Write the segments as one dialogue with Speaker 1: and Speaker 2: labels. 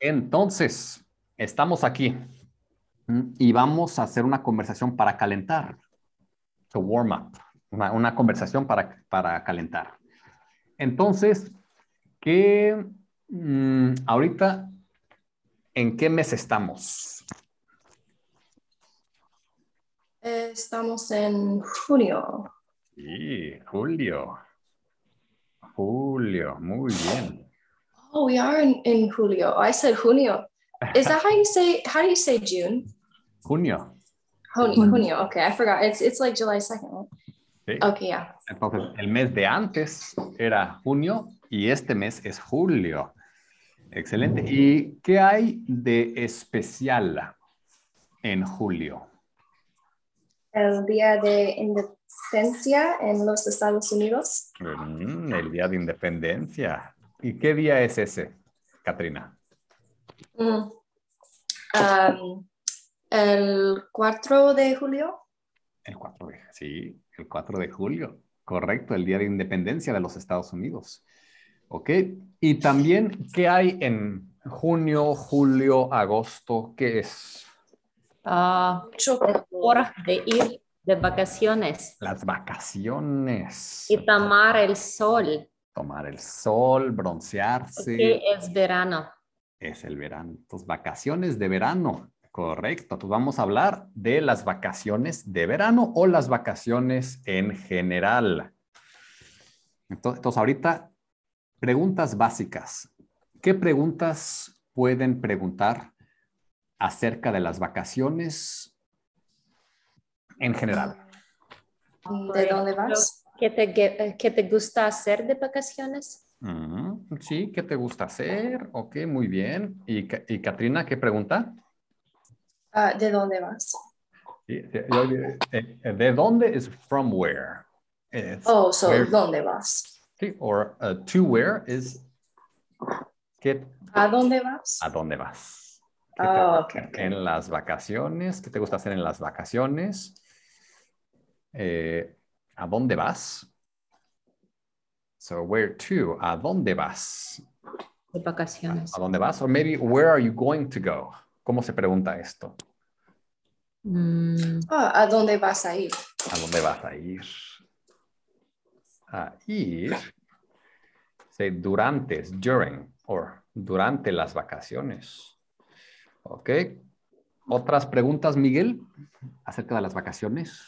Speaker 1: Entonces, estamos aquí y vamos a hacer una conversación para calentar, to warm up, una, una conversación para, para calentar. Entonces, ¿qué, mm, ahorita, ¿en qué mes estamos?
Speaker 2: Eh, Estamos en junio.
Speaker 1: Sí, julio. Julio, muy bien.
Speaker 2: Oh, we are in, in Julio. Oh, I said junio. Is that how you say? How do you say June?
Speaker 1: Junio.
Speaker 2: Junio. junio. Okay, I forgot. It's it's like July second.
Speaker 1: Sí.
Speaker 2: Right? Okay, yeah.
Speaker 1: Entonces, el mes de antes era junio y este mes es julio. Excelente. ¿Y qué hay de especial en julio?
Speaker 2: El día de independencia en los Estados Unidos.
Speaker 1: Mm, el Día de Independencia. ¿Y qué día es ese, Katrina?
Speaker 2: Mm. Um, el 4 de julio.
Speaker 1: El 4 de, sí, el 4 de julio. Correcto, el Día de Independencia de los Estados Unidos. Ok. Y también, ¿qué hay en junio, julio, agosto? ¿Qué es?
Speaker 3: Ah,
Speaker 2: Mucho
Speaker 3: horas de ir de vacaciones
Speaker 1: Las vacaciones.
Speaker 3: y tomar el sol,
Speaker 1: Tomar el sol, broncearse.
Speaker 3: que es verano.
Speaker 1: Es el verano. Tus vacaciones de verano. Correcto. Entonces vamos a hablar de las vacaciones de verano o las vacaciones en general. Entonces, entonces, ahorita, preguntas básicas. ¿Qué preguntas pueden preguntar acerca de las vacaciones en general?
Speaker 3: Por
Speaker 2: ¿De dónde
Speaker 3: ejemplo,
Speaker 2: vas?
Speaker 3: ¿Qué te, gue- qué te gusta hacer de vacaciones?
Speaker 1: Mm. Ujú. Sí, ¿qué te gusta hacer? Ok, muy bien. ¿Y, Ca- y Katrina, qué pregunta?
Speaker 2: Ah, ¿De dónde vas?
Speaker 1: Sí, sí, yo diré, eh, eh, ¿De dónde es from where? Es
Speaker 2: Oh, so
Speaker 1: where-
Speaker 2: ¿dónde vas?
Speaker 1: sí, or uh, to where is ¿qué-
Speaker 2: ¿A dónde vas?
Speaker 1: a dónde vas? ¿Qué te
Speaker 2: Oh,
Speaker 1: gusta
Speaker 2: okay.
Speaker 1: hacer En las vacaciones, ¿qué te gusta hacer en las vacaciones? Eh, ¿A dónde vas? So where to? ¿A dónde vas?
Speaker 3: De vacaciones.
Speaker 1: ¿A dónde vas? Or maybe where are you going to go? ¿Cómo se pregunta esto?
Speaker 3: Mm,
Speaker 2: Ah, ¿A dónde vas a ir?
Speaker 1: ¿A dónde vas a ir? A ir. Say durante, es during, or durante las vacaciones. Ok. ¿Otras preguntas, Miguel, acerca de las vacaciones?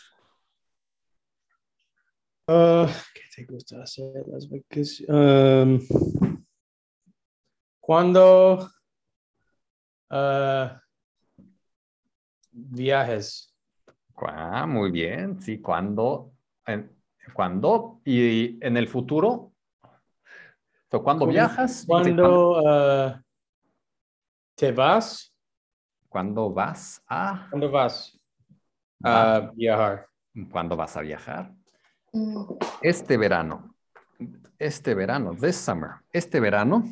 Speaker 4: Ah, ¿Qué te gusta hacer las vacaciones? Um, ¿Cuándo ah, viajes?
Speaker 1: Ah, muy bien. Sí, ¿cuándo? En- ¿Cuándo? ¿Y en el futuro? So, ¿Cuándo
Speaker 4: ¿Cu-
Speaker 1: viajas? ¿Cuándo?
Speaker 4: ¿Cuándo ah, te vas?
Speaker 1: ¿Cuándo vas a?
Speaker 4: ¿Cuándo vas a viajar?
Speaker 1: ¿Cuándo vas a viajar?
Speaker 2: Mm,
Speaker 1: este verano, este verano, this summer, este verano,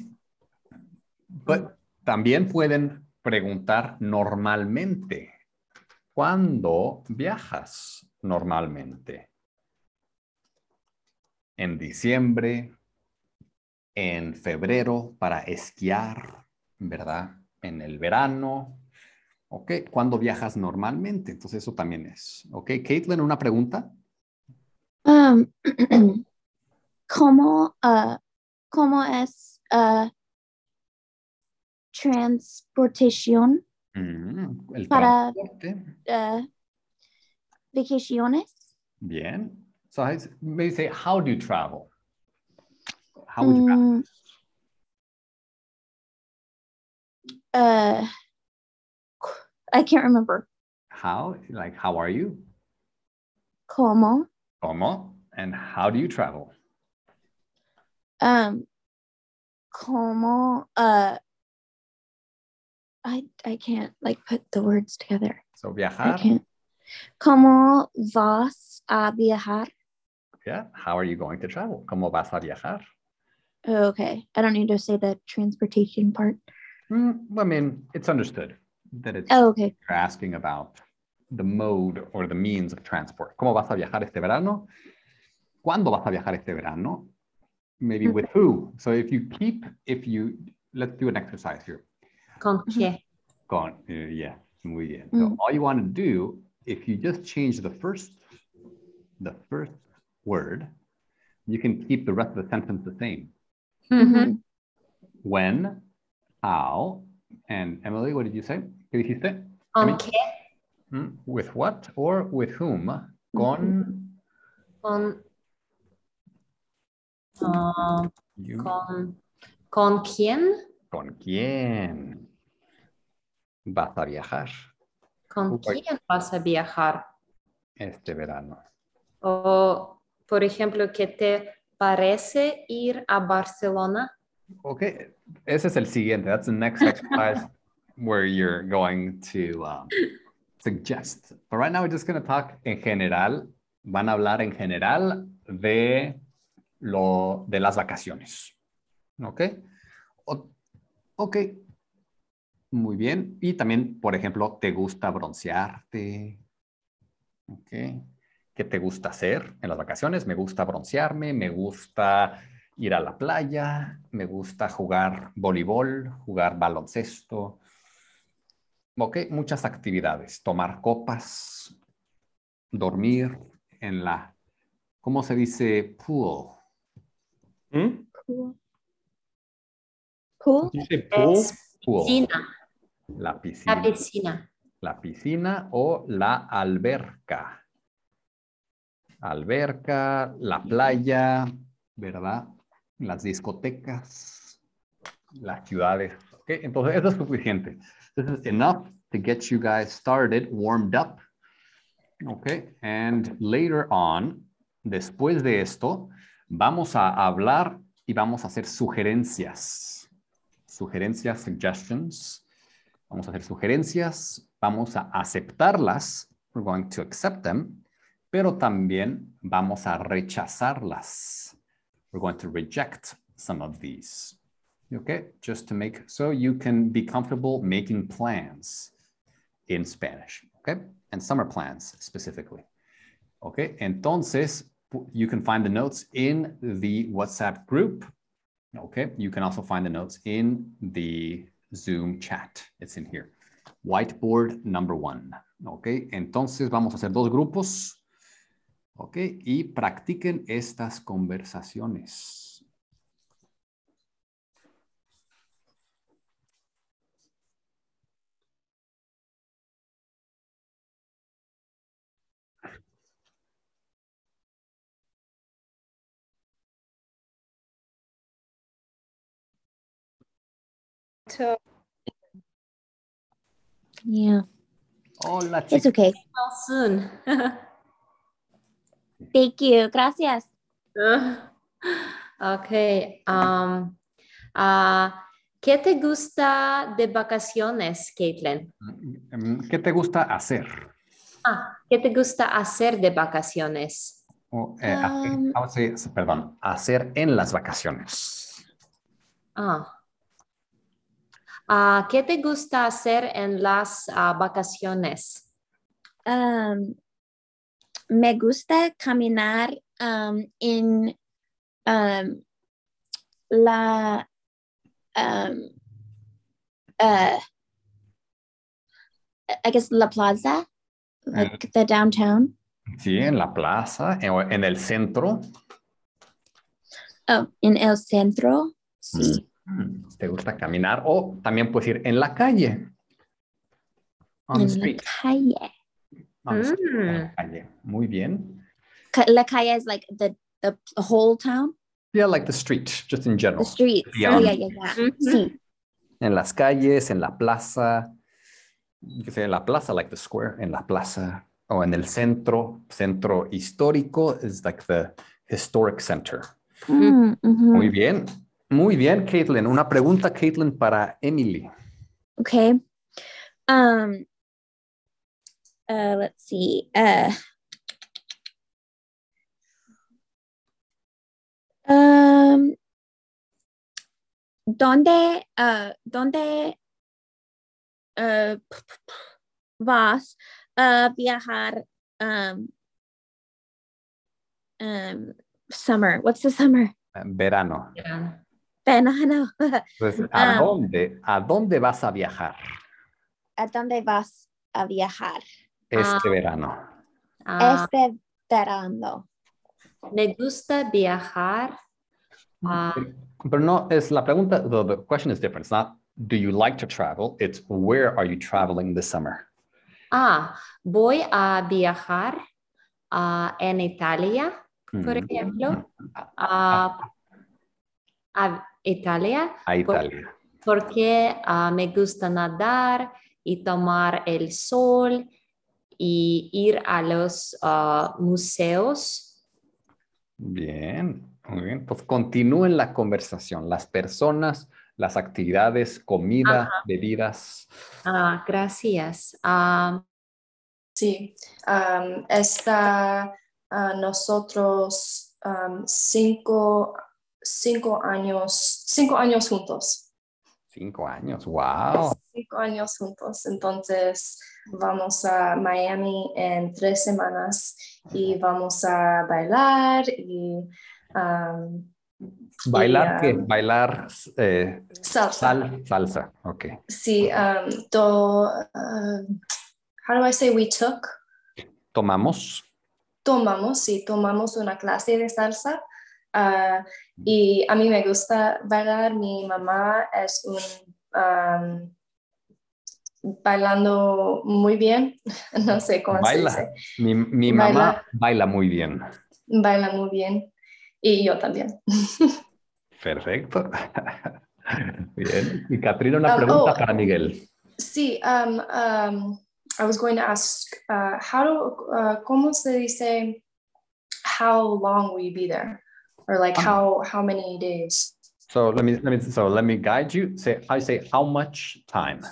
Speaker 1: but también pueden preguntar normalmente, ¿cuándo viajas normalmente? En diciembre, en febrero para esquiar, ¿verdad? En el verano. Ok, ¿cuándo viajas normalmente? Entonces eso también es. Ok, Caitlin, una pregunta.
Speaker 5: Um, ¿Cómo, ah, cómo es ah, transportación
Speaker 1: Mm, el
Speaker 5: para
Speaker 1: transporte.
Speaker 5: ah, vacaciones?
Speaker 1: Bien. So I s- may say, how do you travel? How would you travel?
Speaker 5: Mm, ah, c- I can't remember.
Speaker 1: How? Like, how are you?
Speaker 5: ¿Cómo?
Speaker 1: ¿Cómo? And how do you travel?
Speaker 5: Um, ¿Cómo? ah, I, I can't like put the words together.
Speaker 1: So
Speaker 5: I
Speaker 1: viajar.
Speaker 5: can't. ¿Cómo vas a viajar?
Speaker 1: Yeah. How are you going to travel? ¿Cómo vas a viajar?
Speaker 5: Oh, Okay, I don't need to say the transportation part.
Speaker 1: Mm, I mean, it's understood that it's
Speaker 5: Oh, okay.
Speaker 1: you're asking about the mode or the means of transport. ¿Cómo vas a viajar este verano? ¿Cuándo vas a viajar este verano?
Speaker 5: Mm.
Speaker 1: Maybe with who? So if you keep, if you, let's do an exercise here.
Speaker 3: ¿Con qué?
Speaker 1: Con, eh, yeah, muy bien. So
Speaker 5: Mm.
Speaker 1: all you want to do, if you just change the first, the first word, you can keep the rest of the sentence the same.
Speaker 5: Mm-hmm.
Speaker 3: Ujú.
Speaker 1: When, how, and Emily, what did you say? ¿Qué dijiste?
Speaker 3: ¿Con qué?
Speaker 1: Mm, With what or with whom? Con
Speaker 3: Con. Ah,
Speaker 1: you.
Speaker 3: con. ¿Con quién?
Speaker 1: ¿Con quién? Vas a viajar
Speaker 3: ¿Con
Speaker 1: Ujú.
Speaker 3: quién vas a viajar?
Speaker 1: este verano.
Speaker 3: O, por ejemplo, ¿qué te parece ir a Barcelona?
Speaker 1: Ok, ese es el siguiente. That's the next exercise where you're going to um, suggest. But right now we're just going to talk en general. Van a hablar en general de lo de las vacaciones. Ok. O- ok. Muy bien. Y también, por ejemplo, ¿te gusta broncearte? Ok. ¿Qué te gusta hacer en las vacaciones? Me gusta broncearme, me gusta ir a la playa, me gusta jugar voleibol, jugar baloncesto. Ok, muchas actividades, tomar copas, dormir en la, ¿cómo se dice? Pool.
Speaker 4: Hmm?
Speaker 5: Cool. Cool.
Speaker 4: Did you say pool?
Speaker 3: Es
Speaker 1: pool
Speaker 3: piscina,
Speaker 1: la piscina.
Speaker 3: la piscina.
Speaker 1: La piscina o la alberca. Alberca, la playa, ¿verdad? Las discotecas, las ciudades. Ok, entonces eso es suficiente. This is enough to get you guys started, warmed up. Ok, and later on, después de esto, vamos a hablar y vamos a hacer sugerencias. Sugerencias, suggestions vamos a hacer sugerencias, vamos a aceptarlas, we're going to accept them, pero también vamos a rechazarlas. We're going to reject some of these. Okay, just to make so you can be comfortable making plans in Spanish, okay? And summer plans specifically. Okay, entonces pu- you can find the notes in the WhatsApp group. Okay, you can also find the notes in the Zoom chat. It's in here. Whiteboard number one. Ok, entonces vamos a hacer dos grupos. Ok, y practiquen estas conversaciones.
Speaker 3: So,
Speaker 5: Yeah.
Speaker 1: Hola,
Speaker 5: It's
Speaker 1: chicos.
Speaker 5: okay.
Speaker 3: well, soon.
Speaker 5: Thank you. Gracias.
Speaker 3: ok. um, ah, ¿Qué te gusta de vacaciones, Caitlin?
Speaker 1: Mm, ¿Qué te gusta hacer?
Speaker 3: Ah, ¿Qué te gusta hacer de vacaciones?
Speaker 1: O, eh, hacer-
Speaker 5: Um,
Speaker 1: ah, sí, sí, perdón, hacer en las vacaciones.
Speaker 3: Ah. Ah, ¿Qué te gusta hacer en las ah, vacaciones?
Speaker 5: um, me gusta caminar um, en um, la um, uh, I guess La Plaza, like the downtown.
Speaker 1: Sí, en la plaza, en, en el centro.
Speaker 5: Oh, in El Centro. Sí.
Speaker 1: Mm, ¿Te gusta caminar? O también puedes ir en la calle. On the
Speaker 5: En la
Speaker 1: street.
Speaker 5: calle.
Speaker 1: on the street, en la
Speaker 3: Mm.
Speaker 1: calle. Muy bien.
Speaker 5: Ca- La calle is like the the whole town,
Speaker 1: Yeah, like the street, just in
Speaker 5: the
Speaker 1: general.
Speaker 5: streets. Oh
Speaker 1: Beyond.
Speaker 5: yeah, yeah, yeah.
Speaker 3: Mhm.
Speaker 5: Sí.
Speaker 1: En las calles, en la plaza. Yo qué sé, en la plaza, like the square, en la plaza. O en el centro, centro histórico, is like the historic center. Mm-hmm.
Speaker 5: Mm, mhm.
Speaker 1: Muy bien. Muy bien, Caitlin. Una pregunta, Caitlin, para Emily.
Speaker 5: Okay. Um uh let's see. Uh Um ¿Dónde uh dónde uh p- p- p- vas a viajar um um summer? What's the summer?
Speaker 1: Verano.
Speaker 5: verano.
Speaker 1: Entonces, ¿a
Speaker 5: Ah.
Speaker 1: dónde? ¿A dónde vas a viajar
Speaker 5: ¿A dónde vas a viajar
Speaker 1: este verano?
Speaker 3: Ah,
Speaker 5: este verano?
Speaker 3: me gusta viajar. Ah,
Speaker 1: Pero no, es la pregunta, the, the question is different. It's not, do you like to travel? It's, where are you traveling this summer?
Speaker 3: ah, voy a viajar ah, en Italia, por
Speaker 1: Mm,
Speaker 3: ejemplo. Ah, a Italia
Speaker 1: A
Speaker 3: por-
Speaker 1: Italia.
Speaker 3: porque ah, me gusta nadar y tomar el sol y ir a los ah, museos.
Speaker 1: Bien, muy bien. Pues continúen la conversación, las personas, las actividades, comida, bebidas.
Speaker 3: Ah, gracias. Ah,
Speaker 2: Sí, um, está ah, nosotros um, cinco, cinco años, cinco años juntos.
Speaker 1: Cinco años, wow.
Speaker 2: Cinco años juntos. Entonces vamos a Miami en tres semanas y vamos a bailar y um,
Speaker 1: Bailar,
Speaker 2: ah,
Speaker 1: ¿qué? Bailar eh,
Speaker 2: salsa.
Speaker 1: sal- salsa, ok.
Speaker 2: Sí, um, to, um, how do I say we took?
Speaker 1: Tomamos.
Speaker 2: tomamos, sí, tomamos una clase de salsa ah, y a mí me gusta bailar. Mi mamá es un am, bailando muy bien, no sé cómo
Speaker 1: Baila.
Speaker 2: se dice,
Speaker 1: Mi, mi
Speaker 2: Baila.
Speaker 1: mamá baila muy bien.
Speaker 2: baila muy bien y yo también.
Speaker 1: Perfecto. Bien. Y Catrina, una
Speaker 2: Ah,
Speaker 1: pregunta
Speaker 2: oh.
Speaker 1: para Miguel.
Speaker 2: Sí, um, um, I was going to ask, uh, how do, uh, ¿cómo se dice how long will you be there? Or like how, how many days?
Speaker 1: So let me, let me, so let me guide you. Say, I say, how much time?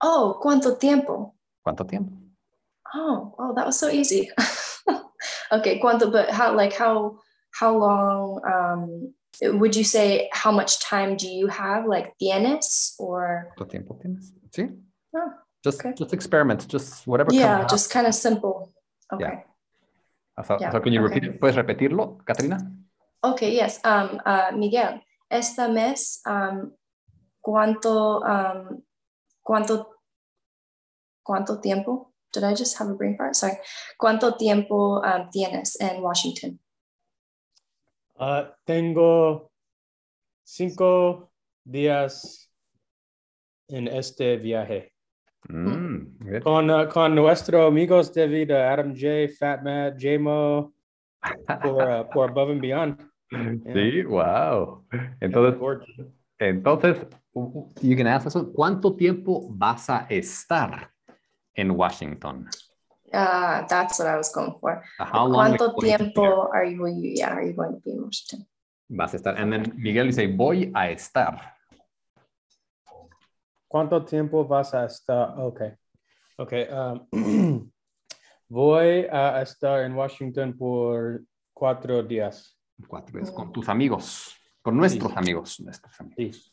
Speaker 2: Oh, ¿cuánto tiempo?
Speaker 1: ¿Cuánto tiempo?
Speaker 2: Oh, oh, that was so easy. okay, quanto, but how, like, how, how long, um, would you say how much time do you have, like, tienes or?
Speaker 1: ¿Cuánto tiempo tienes? Sí.
Speaker 2: Ah,
Speaker 1: Just,
Speaker 2: ok.
Speaker 1: just experiment, just whatever
Speaker 2: yeah,
Speaker 1: comes
Speaker 2: just kind of simple. Okay.
Speaker 1: up. So,
Speaker 2: yeah,
Speaker 1: so can you
Speaker 2: okay.
Speaker 1: repeat, ¿Puedes repetirlo, Catrina?
Speaker 2: Okay, yes. Um, uh, Miguel, esta mes, um, cuánto, um, cuánto, cuánto tiempo? Did I just have a brain fart? Sorry. ¿Cuánto tiempo um, tienes en Washington?
Speaker 4: Ah, tengo cinco días en este viaje.
Speaker 1: Mm, good.
Speaker 4: Con, ah, con nuestros amigos de vida, Adam J, Fat Matt, JMO, por, ah, por Above and Beyond.
Speaker 1: Sí, wow. Entonces, entonces, you can ask us, ¿cuánto tiempo vas a estar en Washington?
Speaker 2: Uh, that's what I was going for.
Speaker 1: How long
Speaker 2: ¿Cuánto
Speaker 1: are you going to be there?
Speaker 2: tiempo are you, will you, yeah, are you going to be in Washington?
Speaker 1: Vas a estar. And then Miguel dice, voy a estar.
Speaker 4: ¿Cuánto tiempo vas a estar? Okay. Okay. um, voy a estar en Washington por cuatro días.
Speaker 1: Cuatro veces. Con tus amigos. Con nuestros amigos. Nuestros amigos.
Speaker 4: Sí.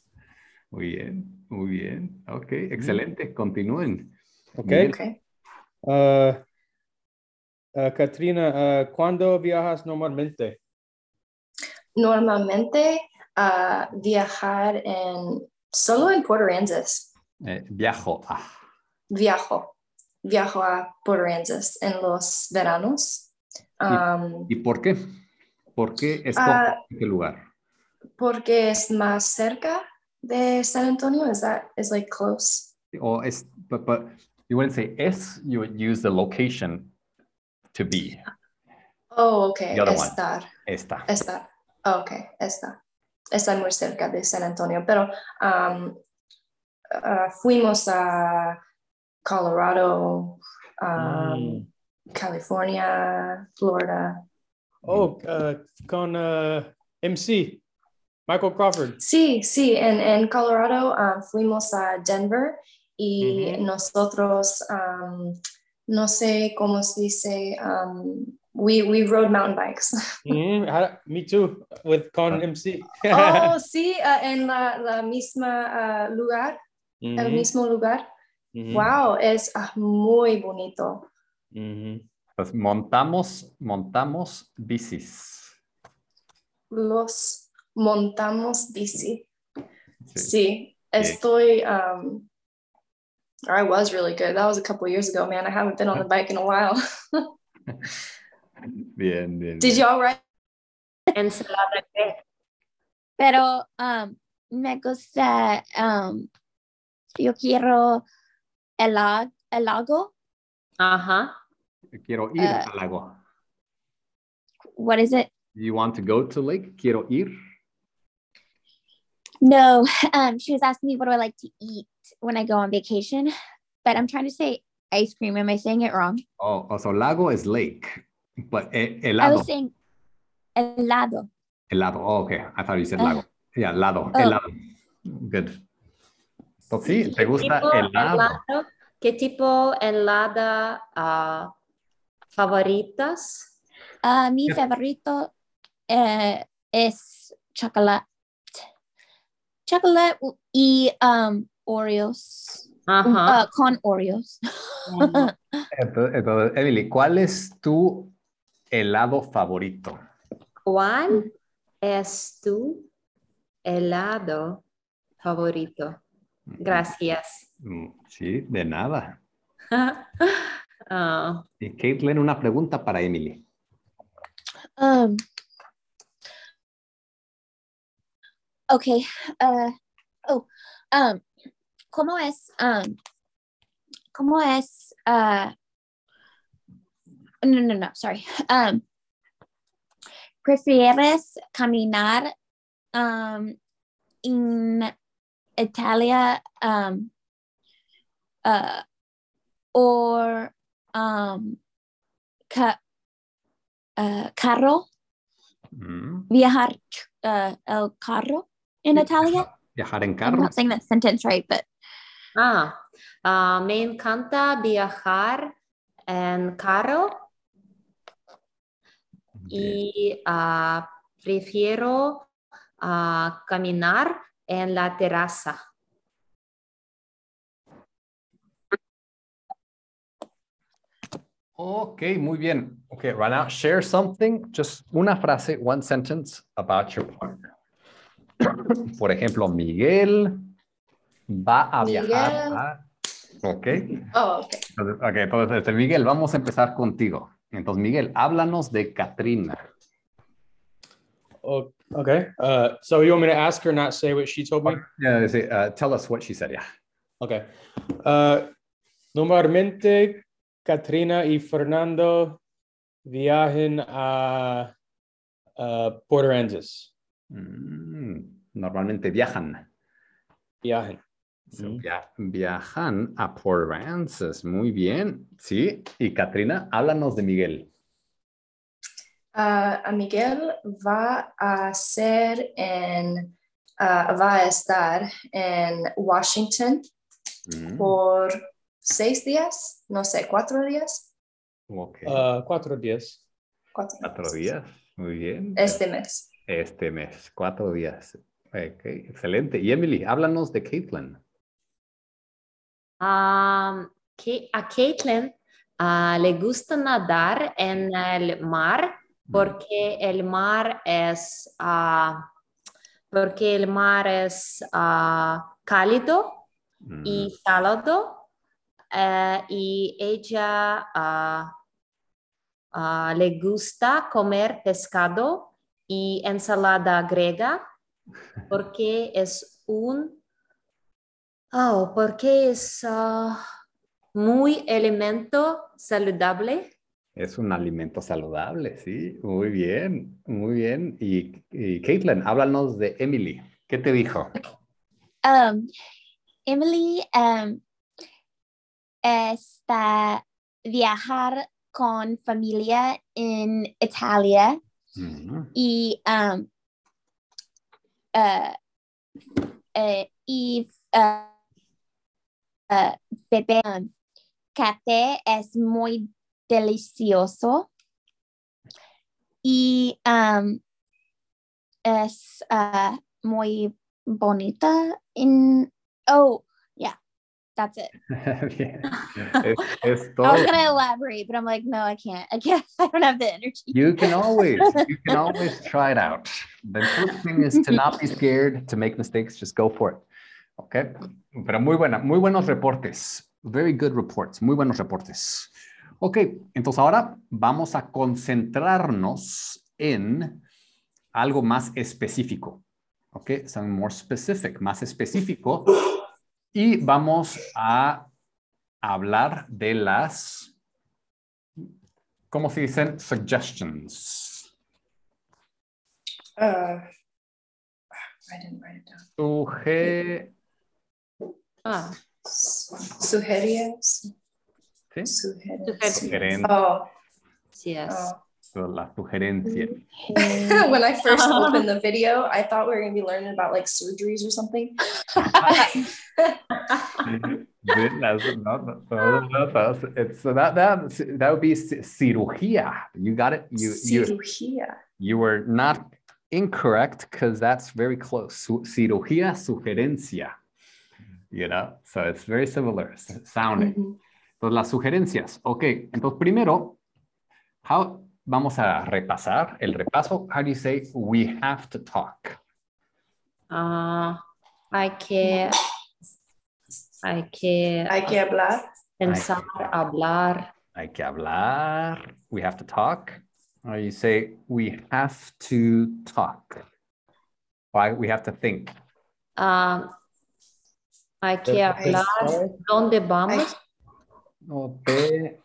Speaker 1: Muy bien, muy bien. Ok, excelente. Continúen.
Speaker 4: Okay.
Speaker 1: Miguel.
Speaker 2: Okay.
Speaker 4: Uh, uh, Katrina, uh, ¿cuándo viajas normalmente?
Speaker 2: Normalmente ah, viajar en solo en Puerto Aransas.
Speaker 1: Eh, viajo a.
Speaker 2: Viajo. Viajo a Puerto Aransas en los veranos. Um,
Speaker 1: ¿Y por qué? ¿Por qué escoges
Speaker 2: ah,
Speaker 1: este lugar?
Speaker 2: porque es más cerca de San Antonio. Is that is like close?
Speaker 1: Or es, but, but you wouldn't say es, you would use the location to be.
Speaker 2: Oh, okay.
Speaker 1: The other one.
Speaker 2: Estar.
Speaker 1: Esta.
Speaker 2: Está. Oh, Ok, está. Está muy cerca de San Antonio, pero um, uh, fuimos a Colorado, um, California, Florida.
Speaker 4: Oh, uh, con uh, MC, Michael Crawford.
Speaker 2: Sí, sí, en, en Colorado um, fuimos a Denver y nosotros, um, no sé cómo se dice, um, we, we rode mountain bikes.
Speaker 4: Mm, how- me too, with con MC.
Speaker 2: oh, sí, ah, en la, la misma ah, lugar, el
Speaker 4: Mhm,
Speaker 2: mismo lugar.
Speaker 1: Mm.
Speaker 4: mhm,
Speaker 2: Wow, es ah, muy bonito.
Speaker 4: mhm.
Speaker 1: Entonces, montamos, montamos bicis.
Speaker 2: Los montamos bici.
Speaker 1: Sí.
Speaker 2: Sí, estoy. Um, I was really good. That was a couple years ago, man. I haven't been on the bike in a while.
Speaker 1: Bien, bien.
Speaker 2: Did y'all ride?
Speaker 3: Ensalada verde.
Speaker 5: Pero um, me gusta, um, yo quiero el, la- el lago.
Speaker 3: Ajá.
Speaker 1: bien. Quiero ir
Speaker 5: eh,
Speaker 1: al lago.
Speaker 5: What is it?
Speaker 1: You want to go to lake? Quiero ir.
Speaker 5: No, um, she was asking me what do I like to eat when I go on vacation, but I'm trying to say ice cream. Am I saying it wrong?
Speaker 1: Oh, oh, so lago is lake, but eh,
Speaker 5: I
Speaker 1: helado.
Speaker 5: was saying helado.
Speaker 1: Helado. Oh, okay. I thought you said
Speaker 5: Ah.
Speaker 1: lago. Yeah, helado.
Speaker 5: Oh.
Speaker 1: Helado. Good. So, sí, te gusta
Speaker 3: tipo
Speaker 1: helado.
Speaker 3: helado? ¿Qué tipo helada ah, favoritas?
Speaker 5: Uh, mi
Speaker 1: Yeah.
Speaker 5: favorito uh, es chocolate. Chocolate y um, Oreos.
Speaker 1: Uh-huh.
Speaker 3: Ajá.
Speaker 5: Uh, con Oreos.
Speaker 1: Mm.
Speaker 3: Ajá.
Speaker 1: Ento- Entonces, Emily, ¿cuál es tu helado favorito?
Speaker 3: ¿Cuál es tu helado favorito? Gracias.
Speaker 1: Mm, Sí, de nada.
Speaker 3: Ah,
Speaker 1: Y Caitlin, una pregunta para Emily.
Speaker 5: Um, okay. Uh, oh, um, ¿cómo es? Um, ¿Cómo es? Uh, no, no, no, sorry. Um, ¿Prefieres caminar um, en Italia um, uh, or um, ca- uh, carro?
Speaker 1: Mm.
Speaker 5: viajar ch- uh, el carro in
Speaker 1: Yeah.
Speaker 5: Italia.
Speaker 1: Viajar en
Speaker 5: I'm
Speaker 1: carro.
Speaker 5: not saying that sentence right, but
Speaker 3: ah, ah, me encanta viajar en carro.
Speaker 1: Bien.
Speaker 3: y ah, prefiero ah, caminar en la terraza.
Speaker 1: Ok, muy bien. Ok, right now, share something, just una frase, one sentence about your partner. Por ejemplo, Miguel va a viajar.
Speaker 2: Miguel.
Speaker 1: a- Ok,
Speaker 2: Oh, okay.
Speaker 1: entonces, ok, entonces, este, Miguel, vamos a empezar contigo. Entonces, Miguel, háblanos de Katrina.
Speaker 4: Oh, okay. Uh, so you want me to ask her, not say what she told me?
Speaker 1: Yeah, sí, uh, tell us what she said, yeah.
Speaker 4: Okay. Uh, normalmente, Katrina y Fernando viajan a uh, Puerto Andes.
Speaker 1: Mm, normalmente viajan.
Speaker 4: Viajan.
Speaker 1: So,
Speaker 3: Mm-hmm.
Speaker 4: Mm.
Speaker 1: via- viajan a Port Aransas. Muy bien. Sí. Y Katrina, háblanos de Miguel.
Speaker 2: Uh, a Miguel va a ser en, uh, va a estar en Washington
Speaker 1: Mm,
Speaker 2: por seis días, no sé, cuatro días.
Speaker 1: ok.
Speaker 4: Uh, cuatro días.
Speaker 2: Cuatro,
Speaker 1: Cuatro días. Muy bien.
Speaker 2: Este mes.
Speaker 1: Este mes. Cuatro días. Ok, Excelente. Y Emily, háblanos de Caitlin.
Speaker 3: Am, que a Caitlin ah, le gusta nadar en el mar porque el mar es, ah, porque el mar es ah, cálido
Speaker 1: Mm,
Speaker 3: y salado eh, y ella ah, ah, le gusta comer pescado y ensalada griega porque es un oh, porque es ah, muy elemento saludable
Speaker 1: Es un alimento saludable, sí. Muy bien. Muy bien. Y, y Caitlin, háblanos de Emily. ¿Qué te dijo?
Speaker 5: um, Emily um, está viajar con familia en Italia
Speaker 1: Mm,
Speaker 5: y um, uh, uh, y uh, uh, beber um, café es muy delicioso y um, es uh, muy bonita en oh yeah That's it.
Speaker 1: Bien. Es, es
Speaker 5: I was
Speaker 1: todo.
Speaker 5: gonna elaborate, but I'm like, no, I can't. I can't. I don't have the energy.
Speaker 1: You can always, you can always try it out. The important thing is to not be scared, to make mistakes, just go for it. Okay. Pero muy buena, muy buenos reportes. Very good reports, muy buenos reportes. Ok, entonces ahora vamos a concentrarnos en algo más específico. Ok, something more specific, más específico. Y vamos a hablar de las ¿Cómo se dicen? Suggestions.
Speaker 2: Uh, I didn't write it down.
Speaker 1: Suge...
Speaker 3: Ah,
Speaker 2: Sugerias.
Speaker 1: ¿Sí?
Speaker 2: Sugerias.
Speaker 1: Sugeren-
Speaker 2: Oh,
Speaker 3: sí es.
Speaker 2: oh.
Speaker 1: La sugerencia.
Speaker 2: when I first opened the video, I thought we were going to be learning about like surgeries or something.
Speaker 1: De las- no, no, no, no, no, it's- so that, that, that would be ci- cirugía. You got it? You, you,
Speaker 2: Cirugía.
Speaker 1: you were not incorrect because that's very close. Su- Cirugía, sugerencia. You know? So it's very similar s- sounding.
Speaker 2: Mhm.
Speaker 1: Entonces, las sugerencias. Ok, entonces primero, how, vamos a repasar el repaso. How do you say we have to talk?
Speaker 3: Ah, hay que, hay que
Speaker 2: Hay que hablar.
Speaker 3: pensar, hablar.
Speaker 1: Hay que hablar. We have to talk. Or you say we have to talk. Why we have to think.
Speaker 3: Ah, hay que hablar. ¿Dónde vamos?
Speaker 1: No te-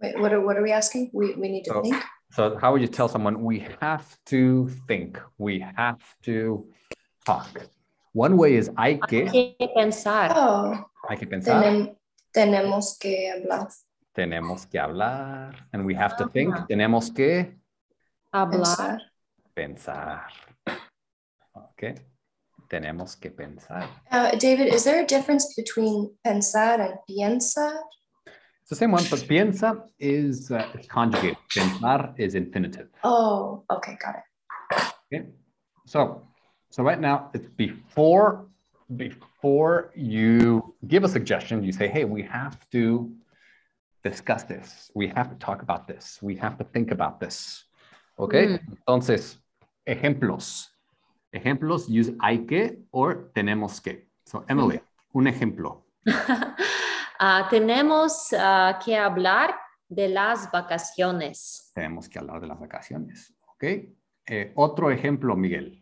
Speaker 2: Wait, what are, what are we asking? We, we need to
Speaker 1: Oh.
Speaker 2: think.
Speaker 1: So how would you tell someone we have to think? We have to talk. One way is hay
Speaker 3: Hay
Speaker 1: que,
Speaker 3: que pensar.
Speaker 2: Oh,
Speaker 1: hay que pensar.
Speaker 2: tenem, tenemos que hablar.
Speaker 1: Tenemos que hablar. And we have to think.
Speaker 3: Ajá.
Speaker 1: Tenemos que
Speaker 3: Hablar.
Speaker 2: Pensar.
Speaker 1: pensar. Ok. Tenemos que pensar.
Speaker 2: Uh, David, is there a difference between pensar and piensa?
Speaker 1: It's the same one, but piensa is uh, it's conjugate. Pensar is infinitive.
Speaker 2: Oh, okay, got it.
Speaker 1: Okay. So, so right now it's before before you give a suggestion, you say, "Hey, we have to discuss this. We have to talk about this. We have to think about this." Okay. Entonces, ejemplos. Ejemplos use hay que or tenemos que. So, Emily, un ejemplo.
Speaker 3: Ah, tenemos ah, que hablar de las vacaciones.
Speaker 1: Tenemos que hablar de las vacaciones. Okay. Eh, otro ejemplo, Miguel.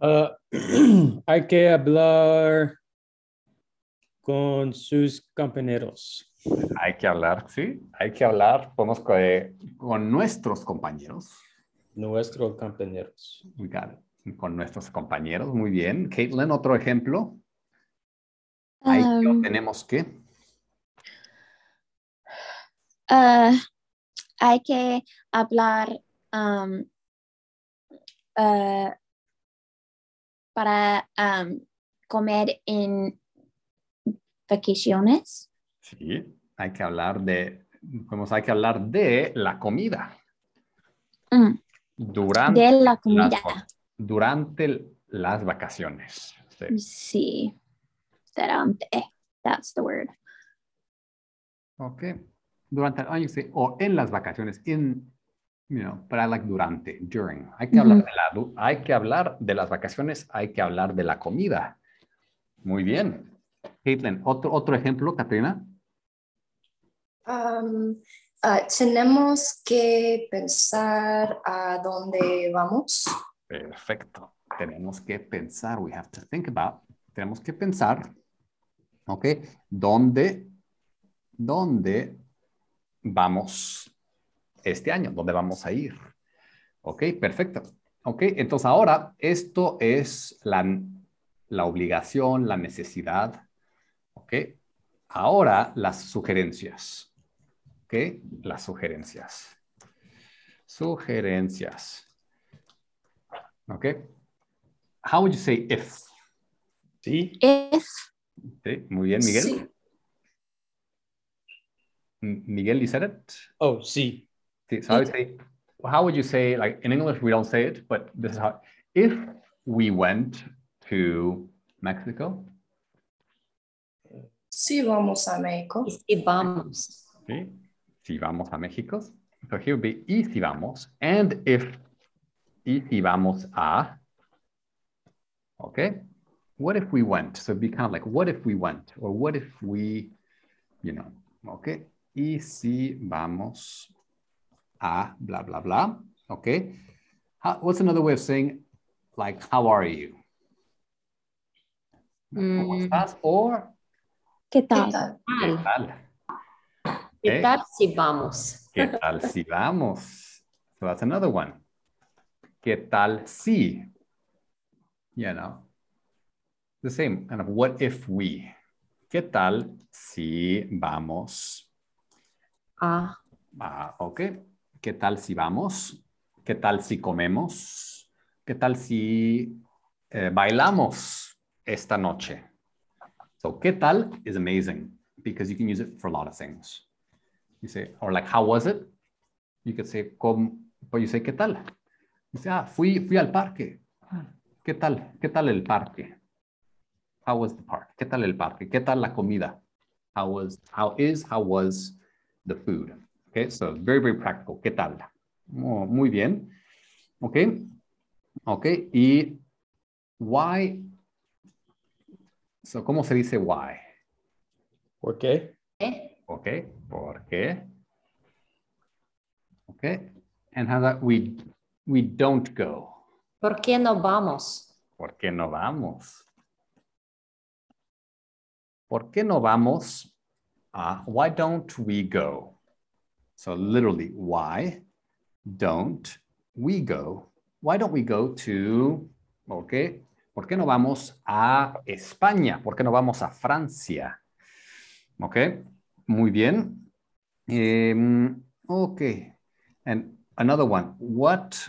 Speaker 4: Uh, hay que hablar con sus compañeros.
Speaker 1: Hay que hablar, sí, hay que hablar. Podemos co- eh, con nuestros compañeros.
Speaker 4: Nuestros compañeros.
Speaker 1: We got it. Con nuestros compañeros, muy bien. Caitlin, otro ejemplo. Ahí que
Speaker 5: Um,
Speaker 1: tenemos que.
Speaker 5: uh, hay que hablar um, uh, para um, comer en vacaciones.
Speaker 1: Sí, hay que hablar de, podemos, hay que hablar de la comida.
Speaker 5: Mm,
Speaker 1: Durante,
Speaker 5: de la
Speaker 1: las,
Speaker 5: comida.
Speaker 1: durante las vacaciones. Sí.
Speaker 5: Sí. Durante. That's the word.
Speaker 1: Ok. Durante el año, sí. O en las vacaciones. In, you know, but I like durante, during. Hay que, hablar de la, du- hay que hablar de las vacaciones, hay que hablar de la comida. Muy bien. Caitlin, otro, otro ejemplo, Katrina.
Speaker 2: Um, uh, tenemos que pensar a dónde vamos.
Speaker 1: Perfecto. Tenemos que pensar, we have to think about, tenemos que pensar, ¿ok? ¿Dónde, dónde vamos este año? ¿Dónde vamos a ir? Ok, perfecto. Ok, entonces ahora esto es la, la obligación, la necesidad, ¿ok? Ahora las sugerencias, ¿ok? Las sugerencias. Sugerencias. Okay. How would you say if?
Speaker 4: Sí.
Speaker 5: If
Speaker 1: Sí, Muy bien, Miguel.
Speaker 2: Sí.
Speaker 1: M- Miguel, you said it.
Speaker 4: Oh, sí.
Speaker 1: Sí, so I would say, how would you say, like in English, we don't say it, but this is how, if we went to Mexico.
Speaker 2: Si vamos a México.
Speaker 3: Y si vamos.
Speaker 1: Sí. Si vamos a México. So here would be y si vamos. And if y si vamos a. Okay. What if we went? So it'd be kind of like what if we went? Or what if we, you know, okay. Y si vamos a blah blah blah. Okay. How, what's another way of saying like how are you? ¿Cómo
Speaker 3: Mm,
Speaker 1: estás? Or
Speaker 5: ¿Qué
Speaker 2: ¿Qué
Speaker 5: tal?
Speaker 2: tal?
Speaker 1: ¿qué
Speaker 3: tal?
Speaker 1: tal?
Speaker 3: ¿Qué
Speaker 1: Eh?
Speaker 3: tal si vamos?
Speaker 1: ¿Qué tal si vamos? So that's another one. ¿Qué tal si? You know, the same kind of what if we? ¿Qué tal si vamos?
Speaker 3: Ah,
Speaker 1: Ah, ok. ¿Qué tal si vamos? ¿Qué tal si comemos? ¿Qué tal si eh, bailamos esta noche? So, ¿qué tal is amazing because you can use it for a lot of things. You say, or like, how was it? You could say, ¿cómo? But you say, ¿qué tal? You say, ah, fui, fui al parque. Ah, ¿Qué tal? ¿Qué tal el parque? How was the park? ¿Qué tal el parque? ¿Qué tal la comida? How was, how is, how was the food? Okay, so very, very practical. ¿Qué tal? Mu- Muy bien. Ok. Ok. Y why. So, ¿cómo se dice why?
Speaker 4: ¿Por qué?
Speaker 3: ¿eh?
Speaker 1: Ok. ¿Por qué? Ok. And how that we, we don't go.
Speaker 3: ¿Por qué no vamos?
Speaker 1: ¿Por qué no vamos? ¿Por qué no vamos? Ah, why don't we go? So literally, why don't we go? Why don't we go to, okay, ¿por qué no vamos a España? ¿Por qué no vamos a Francia? Ok, muy bien. Em, ok, and another one. What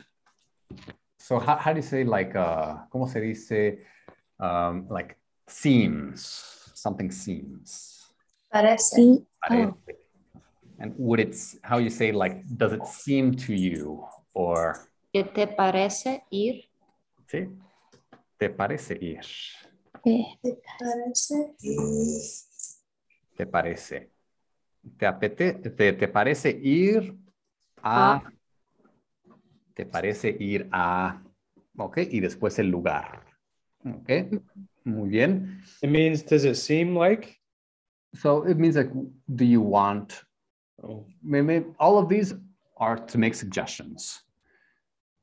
Speaker 1: so how, how do you say like uh como se dice um like seems something seems
Speaker 2: Parece.
Speaker 5: Sí.
Speaker 1: parece. and would it's how you say like does it seem to you or
Speaker 3: ¿Qué te parece ir?
Speaker 1: sí te parece ir
Speaker 5: eh,
Speaker 2: Parece.
Speaker 1: te parece te apete te, te parece ir a te parece ir a ok y después el lugar ok muy bien
Speaker 4: It means, does it seem like?
Speaker 1: So it means like, do you want?
Speaker 4: Oh,
Speaker 1: Maybe all of these are to make suggestions,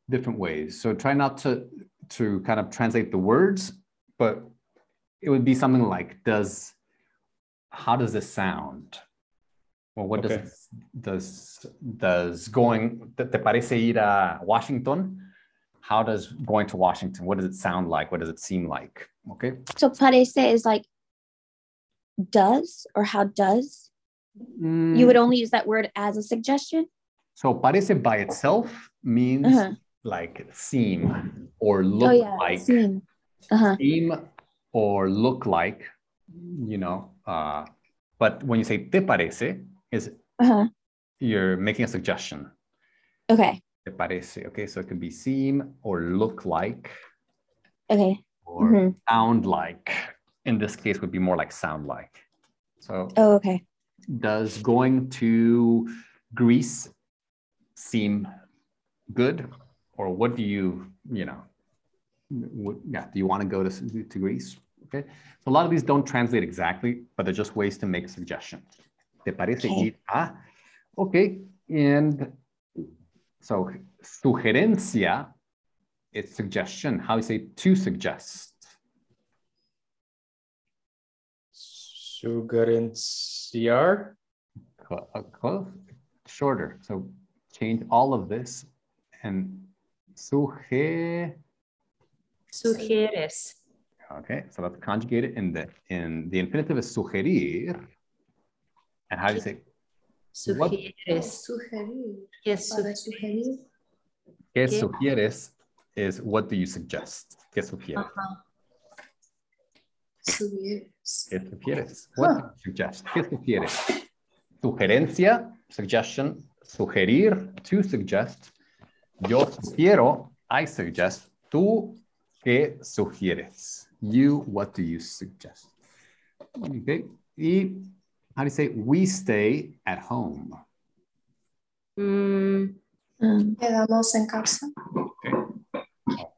Speaker 1: different ways. So try not to to kind of translate the words, but it would be something like, does how does this sound? Or what
Speaker 4: Okay.
Speaker 1: does does does going te te parece ir a Washington? How does going to Washington? What does it sound like? What does it seem like? Okay.
Speaker 5: so parece is like does or how does.
Speaker 1: Mm.
Speaker 5: You would only use that word as a suggestion.
Speaker 1: So parece by itself means
Speaker 5: Uh-huh.
Speaker 1: like seem or look
Speaker 5: oh yeah.
Speaker 1: like
Speaker 5: Seem. Uh-huh.
Speaker 1: seem or look like, you know. Uh, but when you say te parece, is
Speaker 5: Uh-huh.
Speaker 1: you're making a suggestion.
Speaker 5: Okay.
Speaker 1: Te parece. Okay, so it could be seem or look like
Speaker 5: Okay.
Speaker 1: or
Speaker 5: Mhm.
Speaker 1: sound like. In this case, would be more like sound like. So
Speaker 5: Oh, okay.
Speaker 1: does going to Greece seem good, or what do you you know? What, yeah, do you want to go to to Greece? Okay, so a lot of these don't translate exactly, but they're just ways to make suggestions. ¿Te parece
Speaker 5: Okay.
Speaker 1: ir a? Okay, and so sugerencia is suggestion. How you say to suggest?
Speaker 4: sugerenciar.
Speaker 1: cl- uh, close, shorter. So change all of this and suje.
Speaker 3: ¿Sugieres?
Speaker 1: Okay, so that's conjugated in the in the infinitive is sugerir. And how do you say What-
Speaker 3: ¿Sugieres?
Speaker 2: Sugerir.
Speaker 3: ¿Qué
Speaker 2: Para
Speaker 3: sugieres?
Speaker 2: sugerir.
Speaker 1: que
Speaker 3: ¿Qué?
Speaker 1: sugieres is what do you suggest? Que sugieres?
Speaker 3: Ajá.
Speaker 2: Subir.
Speaker 1: Que sugieres? What do you suggest? Que sugieres? Sugerencia, suggestion, sugerir, to suggest. Yo sugiero, I suggest. Tú ¿Qué sugieres? You, what do you suggest? Okay. Y, how do you say, we stay at home?
Speaker 3: Mm,
Speaker 5: Um,
Speaker 2: Quedamos en casa.
Speaker 1: Okay.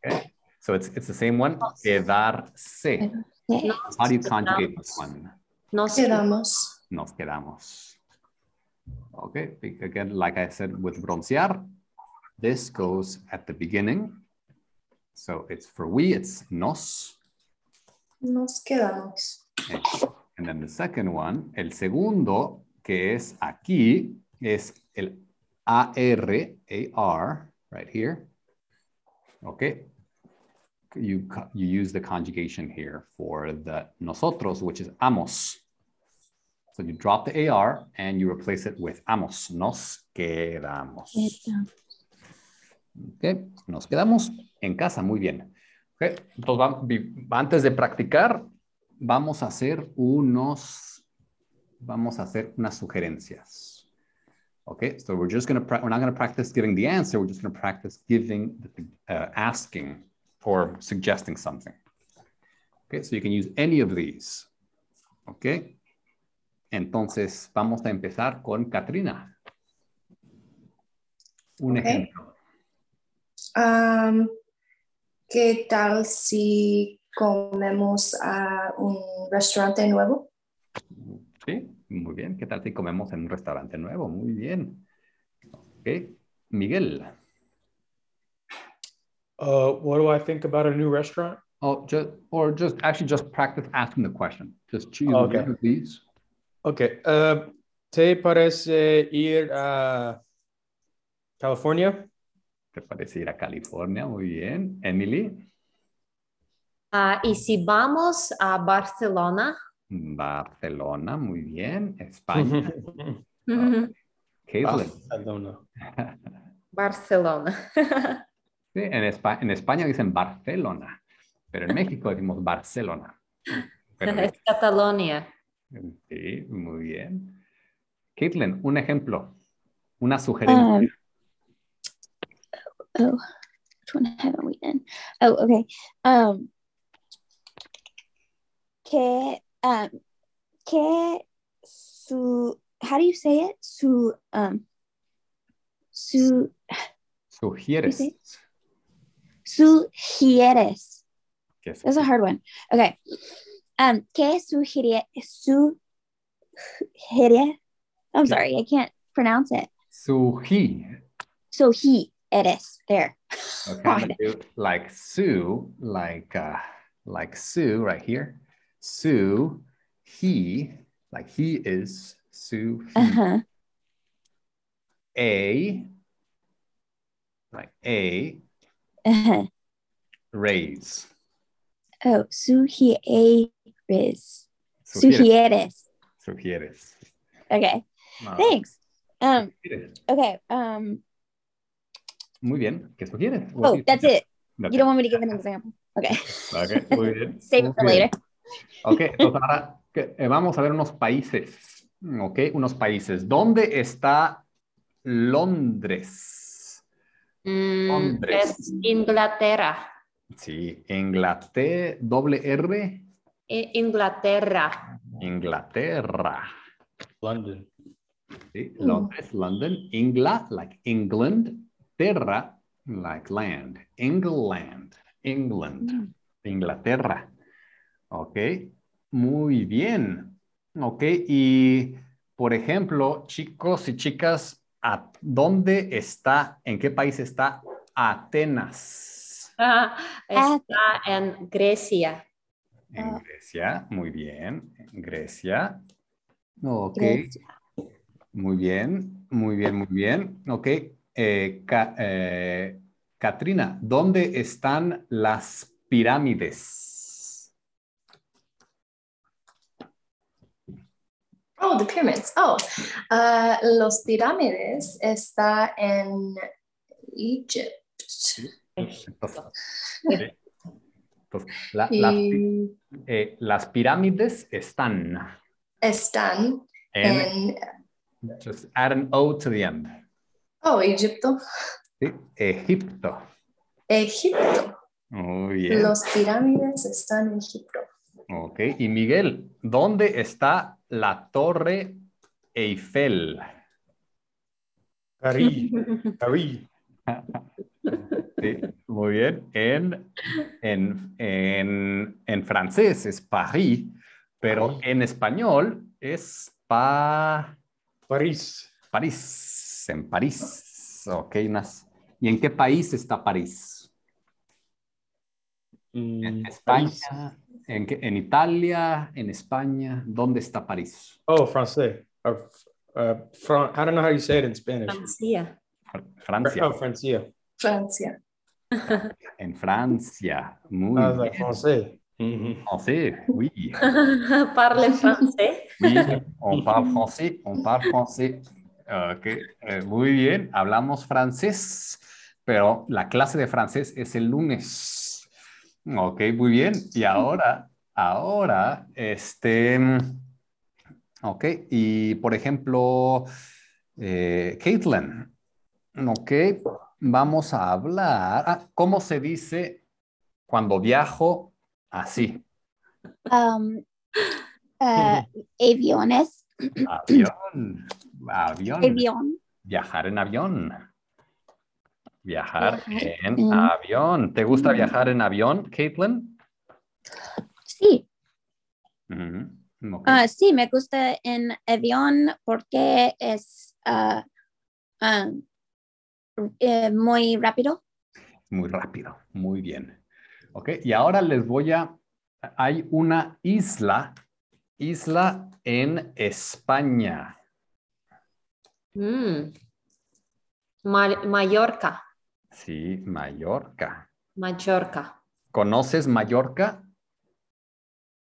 Speaker 1: Okay. So it's, it's the same one. Quedarse.
Speaker 5: yeah.
Speaker 1: How do you conjugate this one?
Speaker 3: nos
Speaker 2: Quedamos.
Speaker 1: Nos quedamos. Okay. be- Again, like I said with broncear, this goes at the beginning. So it's for we, it's nos.
Speaker 2: Nos quedamos.
Speaker 1: And then the second one, el segundo, que es aquí, es el AR, AR, right here. Okay. You, co- you use the conjugation here for the nosotros, which is amos. So you drop the AR and you replace it with amos. Nos quedamos. Ok, nos quedamos en casa, muy bien. Ok, entonces va- vi- antes de practicar, vamos a hacer unos, vamos a hacer unas sugerencias. Ok, so we're just going to, we're not going to practice giving the answer, we're just going to practice giving, uh, asking or suggesting something. Ok, so you can use any of these. Ok, entonces vamos a empezar con Katrina. Un
Speaker 2: Ok.
Speaker 1: ejemplo.
Speaker 2: Um, ¿Qué tal si comemos a un restaurante nuevo?
Speaker 1: Sí, muy bien. ¿Qué tal si comemos en un restaurante nuevo? Muy bien. Ok. Miguel.
Speaker 4: Uh, what do I think about a new restaurant?
Speaker 1: Oh, just, or just actually just practice asking the question. Just choose
Speaker 4: Okay.
Speaker 1: one of these.
Speaker 4: Okay. Uh, ¿Te parece ir a California?
Speaker 1: ¿Te parece ir a California? Muy bien. Emily.
Speaker 3: Ah, y si vamos a Barcelona,
Speaker 1: Barcelona. Muy bien. España. Caitlin.
Speaker 4: Barcelona.
Speaker 3: Barcelona.
Speaker 1: Sí, en, Espa- en España dicen Barcelona, pero en México decimos Barcelona. Pero
Speaker 3: es Catalonia.
Speaker 1: sí, muy bien. Caitlin, un ejemplo, una sugerencia.
Speaker 5: Um, oh, which one haven't we done? Oh, okay. Um, que, um, que su, how do you say it? Su, um, su,
Speaker 1: Sugieres.
Speaker 5: Sí, sugieres.
Speaker 1: que es-
Speaker 5: That's a hard one. Okay. Um, que sugiere, sugiere, I'm sorry, I can't pronounce it.
Speaker 1: Sugi.
Speaker 5: So he, eres, there.
Speaker 1: Okay, I'm gonna do like Sue, like uh, like Sue right here. Sue, he, like he is Sue. he.
Speaker 5: Uh-huh.
Speaker 1: A, like a
Speaker 5: Uh-huh.
Speaker 1: raise.
Speaker 5: Oh, e sugieres.
Speaker 1: Sugieres.
Speaker 5: Sugieres.
Speaker 1: Sugieres.
Speaker 5: Okay.
Speaker 1: Ah,
Speaker 5: Thanks. Um,
Speaker 1: sugieres.
Speaker 5: okay. Um,
Speaker 1: Muy bien. ¿Qué sugieres?
Speaker 5: oh, that's it.
Speaker 1: Okay.
Speaker 5: You don't want me to give an example. Okay.
Speaker 1: Ok, muy bien.
Speaker 5: Save it for
Speaker 1: Muy bien.
Speaker 5: later.
Speaker 1: Ok, entonces ahora que- eh, vamos a ver unos países. Ok, unos países. ¿Dónde está Londres?
Speaker 3: Mm,
Speaker 1: Londres.
Speaker 3: es Inglaterra.
Speaker 1: Sí, Inglaterra, doble R,
Speaker 3: I- Inglaterra.
Speaker 1: Inglaterra.
Speaker 4: London.
Speaker 1: Sí,
Speaker 5: Mm.
Speaker 1: Londres, London, Ingla, like England, terra, like land, England, England, Inglaterra. Ok, muy bien. Ok, y por ejemplo, chicos y chicas, ¿a ¿dónde está, en qué país está Atenas?
Speaker 3: Está en Grecia.
Speaker 1: En
Speaker 5: Ah.
Speaker 1: Grecia, muy bien, en Grecia. Ok.
Speaker 5: Grecia.
Speaker 1: Muy bien, muy bien, muy bien. Ok. eh, Ca- eh, Katrina, ¿dónde están las pirámides?
Speaker 2: Oh, the pyramids. Oh, uh, los pirámides está en Egypt.
Speaker 1: Entonces, ok. Entonces, la- las pi-
Speaker 2: Y
Speaker 1: eh, las pirámides están
Speaker 2: están
Speaker 1: en.
Speaker 2: en,
Speaker 1: Just add an O to the end.
Speaker 2: oh, Egipto.
Speaker 1: ¿sí? Egipto.
Speaker 2: Egipto.
Speaker 1: Muy bien.
Speaker 2: Los pirámides están en Egipto.
Speaker 1: Ok. Y Miguel, ¿dónde está la Torre Eiffel?
Speaker 4: Paris. Paris.
Speaker 1: Sí, muy bien. En, en, en, en francés es Paris, pero
Speaker 4: Paris.
Speaker 1: en español es pa-
Speaker 4: Paris.
Speaker 1: París. En París. Ok, Nas. ¿Y en qué país está París?
Speaker 4: Mm,
Speaker 1: ¿En España?
Speaker 4: Paris.
Speaker 1: ¿En, qué- en Italia? ¿En España? ¿Dónde está París?
Speaker 4: Oh, francés. Uh, uh, Fran- I don't know how you say it in Spanish.
Speaker 3: Francia.
Speaker 1: Fr-
Speaker 4: Francia.
Speaker 1: Francia.
Speaker 4: Oh, Francia.
Speaker 2: Francia.
Speaker 1: En Francia. Muy
Speaker 4: I was like,
Speaker 1: bien. Oh,
Speaker 4: francés.
Speaker 1: Mm-hmm.
Speaker 4: Mhm.
Speaker 1: Francés, oui.
Speaker 3: Parle francés.
Speaker 1: Oui, on parle français, on parle français. Ok, eh, muy bien, hablamos francés, pero la clase de francés es el lunes. Ok, muy bien. Y ahora, ahora, este, ok, y por ejemplo, eh, Caitlin, ok, vamos a hablar, ah, ¿cómo se dice cuando viajo así?
Speaker 5: Um, uh, aviones.
Speaker 1: Avión, avión.
Speaker 5: Avión.
Speaker 1: Viajar en avión. Viajar
Speaker 5: Viajar
Speaker 1: en
Speaker 5: en-
Speaker 1: avión. ¿Te gusta viajar en avión, Caitlin?
Speaker 5: Sí.
Speaker 1: Ujú, ok.
Speaker 5: Ah, sí, me gusta en avión porque es ah, ah, eh, muy rápido.
Speaker 1: Muy rápido. Muy bien. Ok, y ahora les voy a... Hay una isla, isla en España.
Speaker 3: Mm. Ma- Mallorca.
Speaker 1: Sí, Mallorca.
Speaker 3: Mallorca.
Speaker 1: ¿Conoces Mallorca?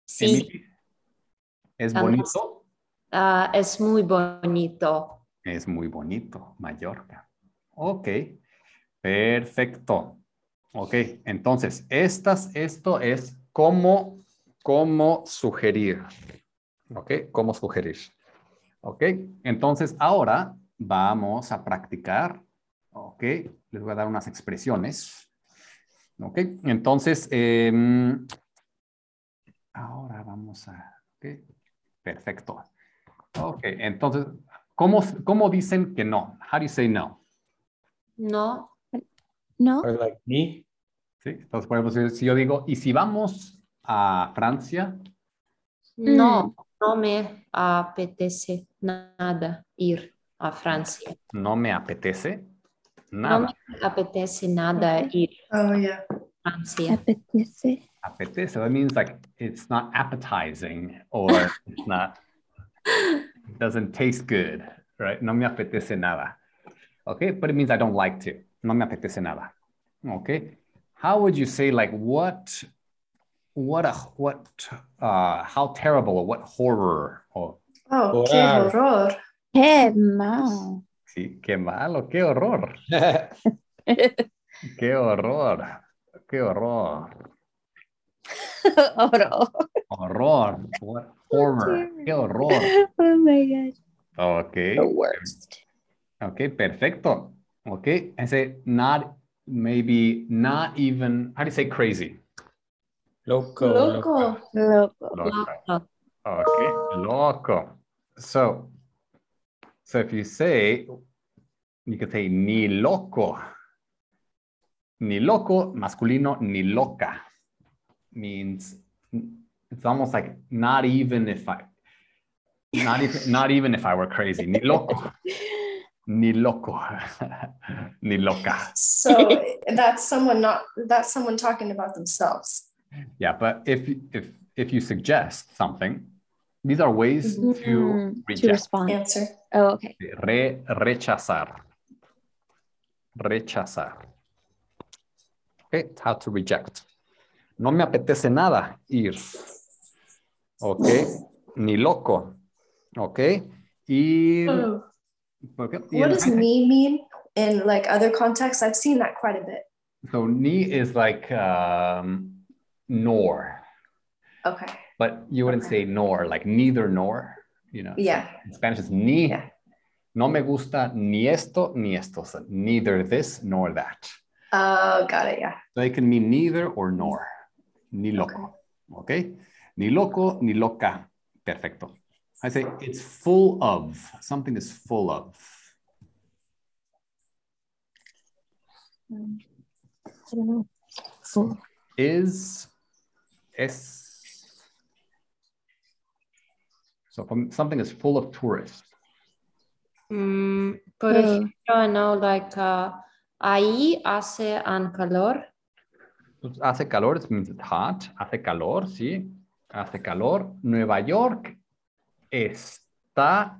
Speaker 3: Sí,
Speaker 1: Emily? ¿Es
Speaker 3: Ah, no.
Speaker 1: bonito?
Speaker 3: ah, es muy bonito.
Speaker 1: Es muy bonito, Mallorca. Ok, perfecto. Ok, entonces, estas, esto es cómo, cómo sugerir. Ok, cómo sugerir. Ok, entonces ahora vamos a practicar. Ok, les voy a dar unas expresiones. Ok, entonces, em, ahora vamos a... ok, perfecto. Ok, entonces, ¿Cómo, cómo dicen que no? How do you say no?
Speaker 3: No,
Speaker 5: No.
Speaker 4: Or like me.
Speaker 1: ¿Sí? Entonces, por ejemplo, si, si yo digo, ¿y si vamos a Francia?
Speaker 3: no, no me apetece nada ir a Francia.
Speaker 1: No me apetece
Speaker 3: No
Speaker 1: nada.
Speaker 3: me apetece nada ir
Speaker 2: Oh, yeah.
Speaker 3: a Francia.
Speaker 5: Apetece.
Speaker 1: Apetece, that means like it's not appetizing or it's not, it doesn't taste good, right? No me apetece nada. Okay, but it means I don't like to. No me apetece nada. Okay, how would you say like what, what, a, what, uh, how terrible or what horror or
Speaker 2: Oh, qué
Speaker 4: Horror.
Speaker 2: horror.
Speaker 5: Qué mal.
Speaker 1: Sí, qué malo, qué horror, qué horror, qué horror,
Speaker 5: Oro.
Speaker 1: horror, what horror, qué horror.
Speaker 5: Oh my gosh.
Speaker 1: Ok,
Speaker 5: The worst.
Speaker 1: ok, perfecto. Ok, I say not, maybe not even, how do you say crazy?
Speaker 4: Loco.
Speaker 2: Loco.
Speaker 5: Loco.
Speaker 1: Loco.
Speaker 3: Loco.
Speaker 1: Ok, loco. So, so if you say, you can say ni loco, ni loco, masculino, ni loca. means it's almost like not even if I not even not even if I were crazy. Ni loco. Ni loco. Ni loca.
Speaker 2: So that's someone not that's someone talking about themselves.
Speaker 1: Yeah, but if if if you suggest something, these are ways to
Speaker 5: Mm, to
Speaker 1: reject.
Speaker 5: respond.
Speaker 2: Answer.
Speaker 5: Oh, okay.
Speaker 1: Re, rechazar. Rechazar. Okay, how to reject. No me apetece nada ir. Ok, ni loco. Ok, y.
Speaker 2: Oh.
Speaker 1: ok, y
Speaker 2: What
Speaker 1: el-
Speaker 2: does me mean in like other contexts? I've seen that quite a bit.
Speaker 1: So, ni is like um, nor,
Speaker 2: Okay.
Speaker 1: but you wouldn't say nor, like neither nor, you know?
Speaker 2: Yeah.
Speaker 1: In Spanish, it's ni.
Speaker 2: Yeah.
Speaker 1: No me gusta ni esto ni esto. So neither this nor that.
Speaker 2: Oh, got it. Yeah.
Speaker 1: So it can mean neither or nor. Ni loco. Okay. Ni loco, ni loca. Perfecto. I say it's full of. Something is full of.
Speaker 5: Um, I don't know. Full.
Speaker 1: Is. Es. So from, something is full of tourists.
Speaker 3: Mm, por
Speaker 5: Oh.
Speaker 3: ejemplo, no, like, uh, ahí hace un calor.
Speaker 1: Entonces, pues, Hace calor, it means it's hot. Hace calor, sí. Hace calor. Nueva York está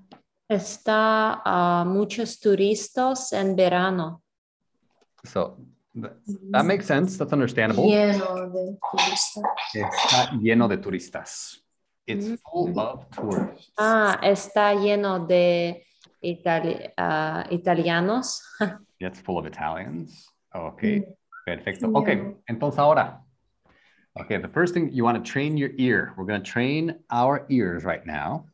Speaker 3: Está ah, muchos turistas en verano.
Speaker 1: So th-
Speaker 2: Mm.
Speaker 1: that makes sense. That's understandable.
Speaker 2: Lleno de turista.
Speaker 1: Está lleno de turistas. It's
Speaker 3: Mm.
Speaker 1: full of tourists.
Speaker 3: Ah, está lleno de itali- ah, italianos.
Speaker 1: It's full of Italians. Okay, perfecto.
Speaker 2: Yeah.
Speaker 1: Okay, entonces ahora. Okay, the first thing you want to train your ear. We're going to train our ears right now.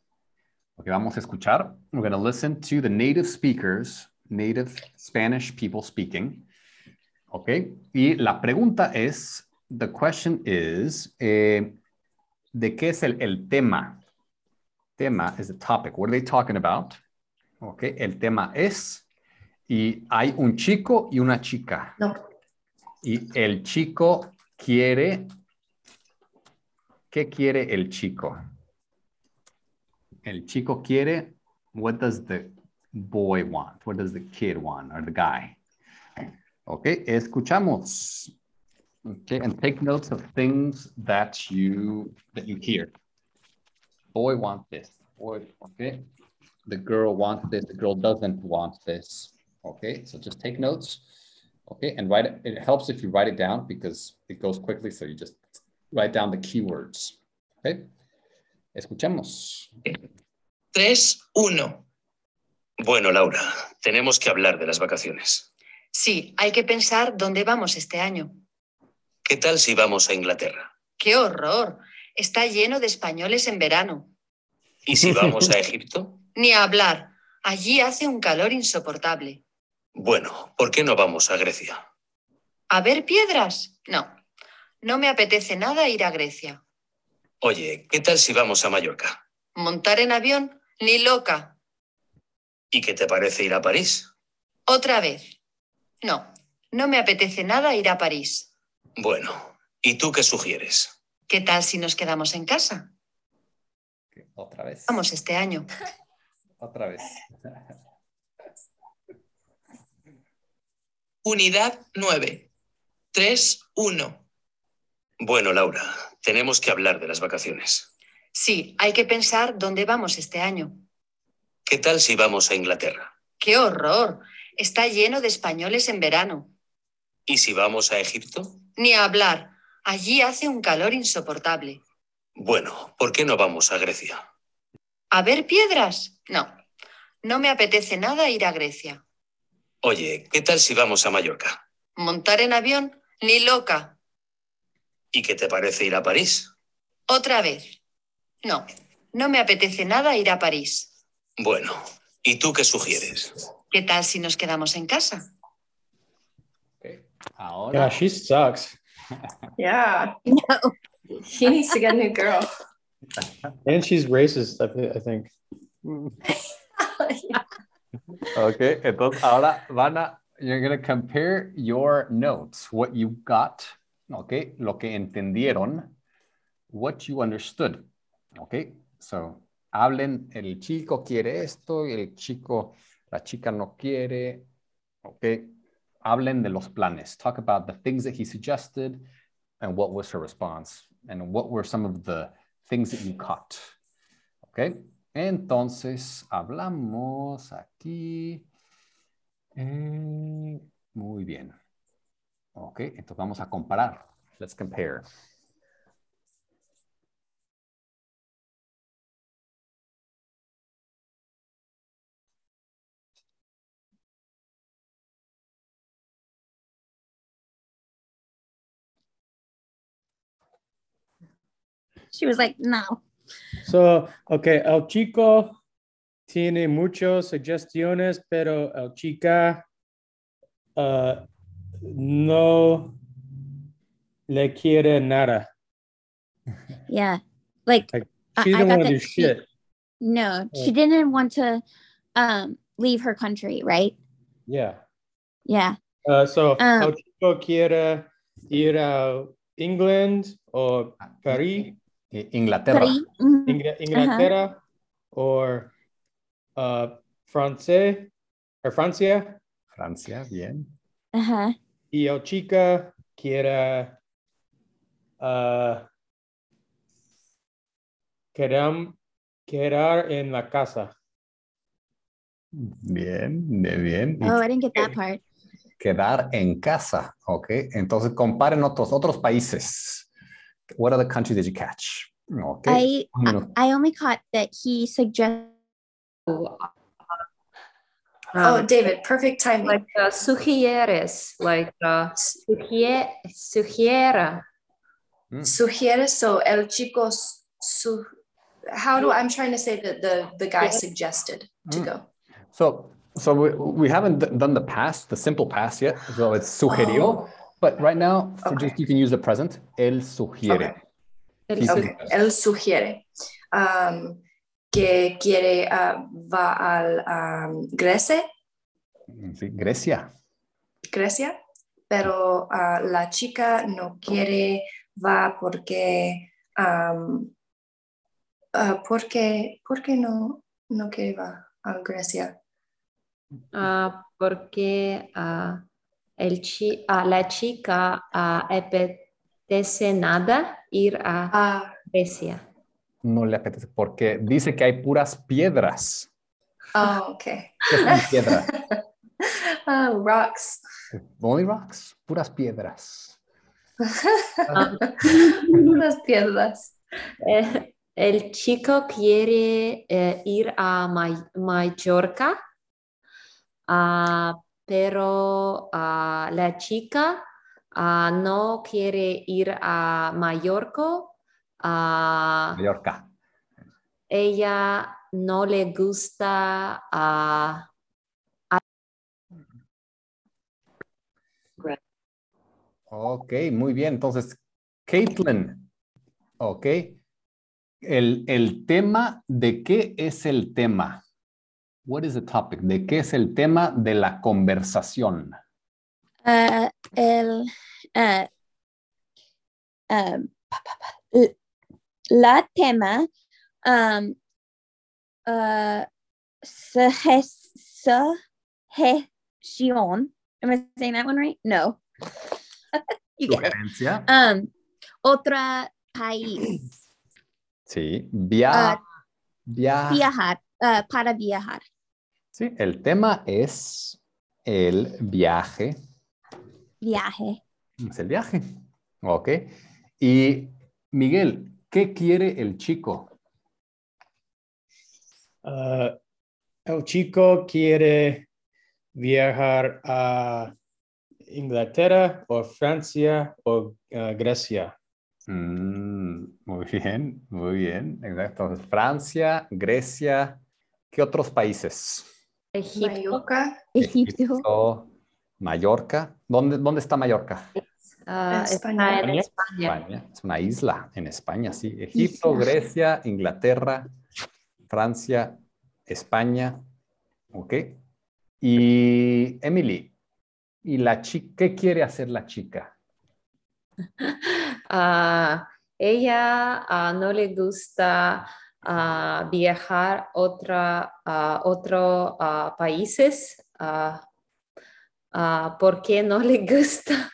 Speaker 1: Okay, vamos a escuchar. We're going to listen to the native speakers, native Spanish people speaking. Okay, y la pregunta es, the question is, eh, ¿de qué es el, el tema? Tema is the topic. What are they talking about? Okay, el tema es... Y hay un chico y una chica.
Speaker 2: No.
Speaker 1: Y el chico quiere. ¿Qué quiere el chico? El chico quiere. What does the boy want? What does the kid want? Or the guy? Ok, escuchamos. Okay, and take notes of things that you that you hear. Boy wants this. Boy, okay. The girl wants this. The girl doesn't want this. Okay, so just take notes. Okay, and write it. It helps if you write it down because it goes quickly. So you just write down the keywords. Okay, escuchamos.
Speaker 6: 3, 1. Bueno, Laura, tenemos que hablar de las vacaciones.
Speaker 7: Sí, hay que pensar dónde vamos este año.
Speaker 6: ¿Qué tal si vamos a Inglaterra?
Speaker 7: ¡Qué horror! Está lleno de españoles en verano.
Speaker 6: ¿Y si vamos a Egipto?
Speaker 7: Ni hablar. Allí hace un calor insoportable.
Speaker 6: Bueno, ¿por qué no vamos a Grecia?
Speaker 7: ¿A ver piedras? No. No me apetece nada ir a Grecia.
Speaker 6: Oye, ¿qué tal si vamos a Mallorca?
Speaker 7: ¿Montar en avión? Ni loca.
Speaker 6: ¿Y qué te parece ir a París?
Speaker 7: Otra vez. No. No me apetece nada ir a París.
Speaker 6: Bueno, ¿y tú qué sugieres?
Speaker 7: ¿Qué tal si nos quedamos en casa?
Speaker 1: Okay, otra vez.
Speaker 7: Vamos este año.
Speaker 1: Otra vez.
Speaker 8: Unidad 9. 3, 1.
Speaker 6: Bueno, Laura, tenemos que hablar de las vacaciones.
Speaker 7: Sí, hay que pensar dónde vamos este año.
Speaker 6: ¿Qué tal si vamos a Inglaterra?
Speaker 7: ¡Qué horror! Está lleno de españoles en verano.
Speaker 6: ¿Y si vamos a Egipto?
Speaker 7: Ni hablar. Allí hace un calor insoportable.
Speaker 6: Bueno, ¿por qué no vamos a Grecia?
Speaker 7: ¿A ver piedras? No. No me apetece nada ir a Grecia.
Speaker 6: Oye, ¿qué tal si vamos a Mallorca?
Speaker 7: ¿Montar en avión? Ni loca.
Speaker 6: ¿Y qué te parece ir a París?
Speaker 7: Otra vez. No. No me apetece nada ir a París.
Speaker 6: Bueno, ¿y tú qué sugieres?
Speaker 7: ¿Qué tal si nos quedamos en casa?
Speaker 1: Okay. Ahora.
Speaker 4: Yeah, she sucks.
Speaker 2: Yeah. He needs to get a new girl.
Speaker 4: And she's racist, I, thi- I think.
Speaker 1: Okay, entonces ahora van a, you're going to compare your notes, what you got, okay, lo que entendieron, what you understood, okay, so hablen, el chico quiere esto, el chico, la chica no quiere, okay, hablen de los planes, talk about the things that he suggested and what was her response and what were some of the things that you caught, okay. Entonces, hablamos aquí. Eh, muy bien. Ok, entonces vamos a comparar. Let's compare.
Speaker 5: She was like, no.
Speaker 4: So, okay, el chico tiene muchas suggestiones, pero el chica uh, no le quiere nada.
Speaker 5: Yeah. Like I-
Speaker 4: She
Speaker 5: I
Speaker 4: didn't
Speaker 5: got
Speaker 4: want to
Speaker 5: the-
Speaker 4: do shit.
Speaker 5: no, she
Speaker 4: Oh.
Speaker 5: didn't want to um leave her country, right?
Speaker 4: Yeah.
Speaker 5: Yeah.
Speaker 4: Uh, so,
Speaker 5: Ah.
Speaker 4: ¿el chico quiere ir a England o París,
Speaker 1: I- Inglaterra.
Speaker 5: But I- mhm.
Speaker 4: Ingl- Inglaterra o uh, Francia, o Francia?
Speaker 1: Francia, bien.
Speaker 5: Ajá.
Speaker 4: Y el chica quiere uh, quedam- quedar en la casa.
Speaker 1: Bien, bien, bien. Y
Speaker 5: Oh, I didn't get that part.
Speaker 1: quedar en casa, ¿ok? Entonces comparen otros, otros países. What other countries did you catch? Ok.
Speaker 5: I
Speaker 1: Un minuto.
Speaker 5: I only caught that he suggested
Speaker 2: Oh,
Speaker 3: Um,
Speaker 2: David, perfect timing.
Speaker 3: like uh, sugieres, like uh, sugie- sugiera.
Speaker 2: Sugieres, so el chico s- su. How do I'm trying to say that the the guy suggested to
Speaker 1: Mm.
Speaker 2: go.
Speaker 1: So, so we, we haven't d- done the past, the simple past yet. So it's sugirió. But right now, for
Speaker 2: Okay.
Speaker 1: just you can use the present. Él sugiere.
Speaker 3: El
Speaker 1: Sí, sí.
Speaker 3: sug-
Speaker 2: Okay. Él sugiere um, que quiere uh, va al um, Grecia,
Speaker 1: Sí, Grecia.
Speaker 2: Grecia, pero uh, la chica no quiere va porque um, uh, porque porque no no quiere va a Grecia.
Speaker 3: ah, porque ah, el chi- ah, la chica ah, apetece nada ir a
Speaker 2: Ah,
Speaker 3: Grecia.
Speaker 1: No le apetece porque dice que hay puras piedras.
Speaker 2: ah, okay.
Speaker 1: ¿Qué son piedras?
Speaker 2: Ah, rocks.
Speaker 1: Only rocks. Puras piedras.
Speaker 2: Las piedras.
Speaker 3: Eh, el chico quiere eh, ir a Ma- Mallorca, ah, pero ah, la chica ah, no quiere ir a Mallorca. ah,
Speaker 1: Mallorca.
Speaker 3: ella no le gusta ah, a
Speaker 1: Ok, muy bien. Entonces, Caitlin, ok. El, el tema, ¿de qué es el tema? What is the topic? ¿De qué es el tema de la conversación?
Speaker 5: uh el uh um pa, pa, pa, l- la tema um uh suggestion. Am I saying that one right? No. you get it.
Speaker 1: Sugerencia.
Speaker 5: Um otra país.
Speaker 1: Sí, via, via-
Speaker 5: Viajar. Uh, para viajar.
Speaker 1: Sí, el tema es el viaje.
Speaker 5: Viaje.
Speaker 1: Es el viaje. Ok. Y Miguel, ¿qué quiere el chico?
Speaker 4: Ah, el chico quiere viajar a Inglaterra o Francia o ah, Grecia.
Speaker 1: Mm, muy bien, muy bien. Exacto. Entonces, Francia, Grecia, ¿qué otros países?
Speaker 3: Egipto.
Speaker 2: Mallorca,
Speaker 5: Egipto.
Speaker 1: Mallorca. ¿Dónde, dónde está Mallorca?
Speaker 3: ah, está
Speaker 2: España.
Speaker 3: en España.
Speaker 1: Es una isla en España, sí. Egipto,
Speaker 5: Isla.
Speaker 1: Grecia, Inglaterra, Francia, España. ¿Ok? Y Emily, ¿y la chica? ¿Qué quiere hacer la chica?
Speaker 3: Ah, ella ah, no le gusta ah, viajar otra, a otro ah, países ah, ah, porque no le gusta.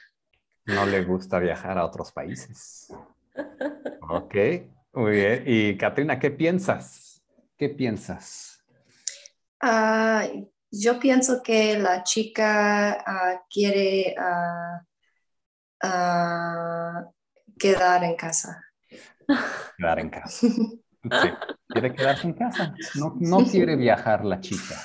Speaker 1: No le gusta viajar a otros países. Ok, muy bien. Y Katrina, ¿qué piensas? ¿Qué piensas?
Speaker 2: Ah, yo pienso que la chica ah, quiere ah, ah, quedar en casa.
Speaker 1: Quedar en casa. Sí, Quiere quedarse en casa. No, no quiere viajar la chica.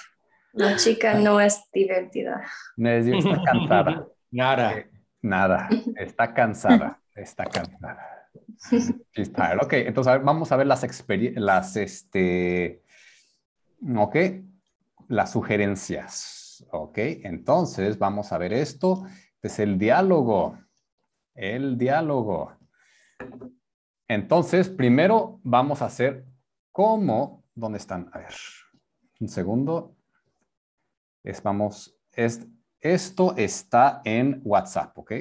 Speaker 2: La chica no es divertida.
Speaker 1: Me dio- Está cansada.
Speaker 4: Nada.
Speaker 1: Nada. Está cansada. Está cansada. She's tired. Ok, entonces a ver, vamos a ver las experiencias, las, este, ok, las sugerencias. Ok, entonces vamos a ver esto. Es el diálogo. El diálogo. Entonces, primero vamos a hacer cómo. ¿Dónde están? A ver, un segundo. Es, vamos, es, esto está en WhatsApp, ¿ok?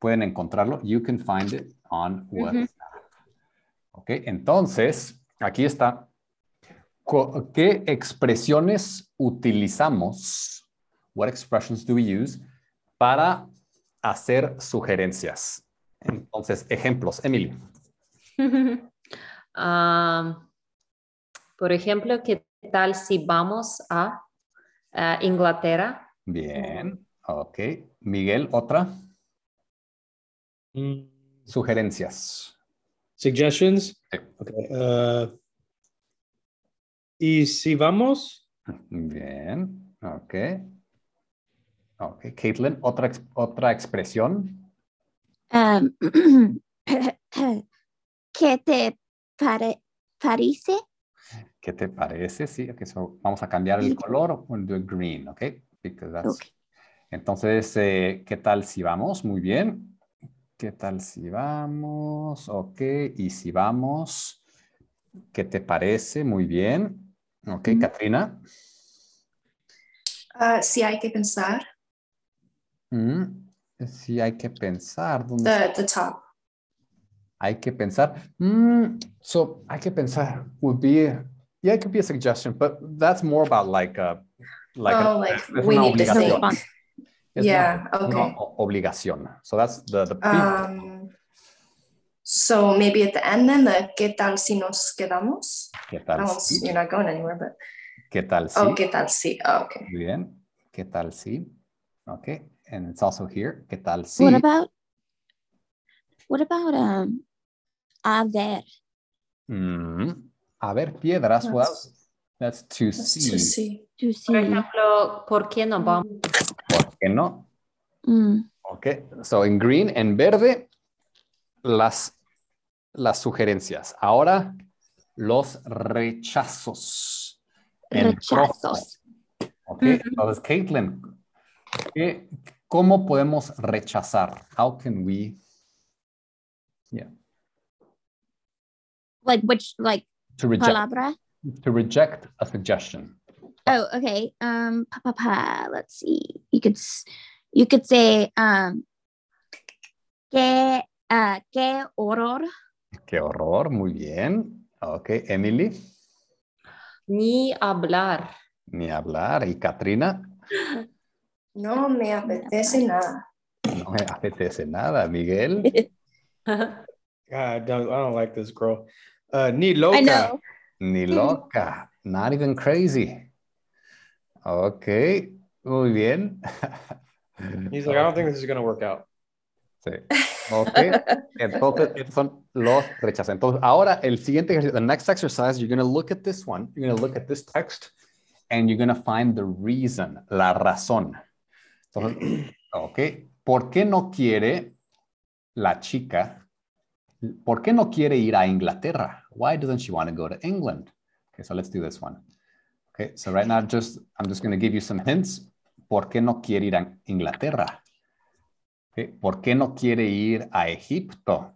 Speaker 1: Pueden encontrarlo. You can find it on WhatsApp. ¿Ok? Entonces, aquí está. Co- ¿Qué expresiones utilizamos? What expressions do we use para hacer sugerencias? Entonces, ejemplos. Emily.
Speaker 3: Ah, por ejemplo, ¿qué tal si vamos a eh, Inglaterra?
Speaker 1: Bien. Ok. Miguel, otra.
Speaker 4: Mm,
Speaker 1: Sugerencias.
Speaker 4: Suggestions?
Speaker 1: Sí.
Speaker 4: Okay. Uh, y si vamos,
Speaker 1: Bien. Ok. Ok. Caitlin, otra, ex- otra expresión.
Speaker 5: Um, ¿Qué te pare- parece?
Speaker 1: ¿Qué te parece? Sí, ok, so vamos a cambiar el color, we'll do green, ok? Because that's-
Speaker 5: Ok.
Speaker 1: Entonces, eh, ¿qué tal si vamos? Muy bien. ¿Qué tal si vamos? Ok, y si vamos, ¿qué te parece? Muy bien. Ok,
Speaker 5: Ujú.
Speaker 1: Katrina.
Speaker 2: Uh, si hay que pensar,
Speaker 1: Mm, Sí, hay que pensar. ¿Dónde está?
Speaker 2: the, the top.
Speaker 1: Hay que pensar. Mm, so, hay que pensar would be, yeah, it could be a suggestion, but that's more about like a, like a-
Speaker 2: oh, like
Speaker 1: es
Speaker 2: we
Speaker 1: una
Speaker 2: need to
Speaker 1: obligación.
Speaker 2: think.
Speaker 5: Response.
Speaker 1: Es
Speaker 2: Yeah,
Speaker 1: una, una
Speaker 2: okay.
Speaker 1: o- obligación. So that's the, the
Speaker 2: Um, so maybe at the end then, the ¿qué tal si nos quedamos?
Speaker 1: ¿Qué tal
Speaker 2: Well,
Speaker 1: si?
Speaker 2: you're not going anywhere, but
Speaker 1: ¿Qué tal si?
Speaker 2: oh, ¿qué tal si? Oh, okay.
Speaker 1: Muy bien. ¿Qué tal si? Okay. And it's also here. ¿Qué tal si?
Speaker 5: What about what about um a ver?
Speaker 1: Mm, A ver, piedras. Well,
Speaker 2: That's-
Speaker 1: that's to
Speaker 2: That's
Speaker 1: see.
Speaker 2: to see.
Speaker 5: To
Speaker 3: Por
Speaker 5: see.
Speaker 3: ejemplo, ¿por qué
Speaker 2: Mm.
Speaker 3: no vamos?
Speaker 1: ¿Por qué no?
Speaker 5: Mm,
Speaker 1: Okay. So en green, en verde, las, las sugerencias. Ahora, los rechazos. En rojo.
Speaker 5: rechazos.
Speaker 1: Ok, entonces, Caitlin, ¿qué- ¿cómo podemos rechazar? How can we
Speaker 5: Like which like
Speaker 1: to reject
Speaker 5: palabra?
Speaker 1: to reject a suggestion?
Speaker 5: Oh, okay. Um, pa, pa, pa. Let's see. You could s- you could say um, que uh, que horror.
Speaker 1: Qué horror, muy bien. Ok, Emily,
Speaker 3: Ni hablar.
Speaker 1: ni hablar. Y Katrina,
Speaker 2: No me apetece nada.
Speaker 1: no me apetece nada. Miguel,
Speaker 4: God, Ah, I don't, I don't like this girl. Uh, ni loca.
Speaker 5: I know.
Speaker 1: ni loca. Not even crazy. Ok, muy bien.
Speaker 4: He's like, I don't think this is gonna work out.
Speaker 1: Sí. Ok. Entonces, estos son los rechazos. Entonces, ahora el siguiente ejercicio, the next exercise, you're going to look at this one, you're going to look at this text, and you're going to find the reason, la razón. Entonces, ok. ¿Por qué no quiere la chica? ¿Por qué no quiere ir a Inglaterra? Why doesn't she want to go to England? Okay, so let's do this one. Okay, so right now, just I'm just going to give you some hints. ¿Por qué no quiere ir a Inglaterra? ¿Sí? ¿Por qué no quiere ir a Egipto?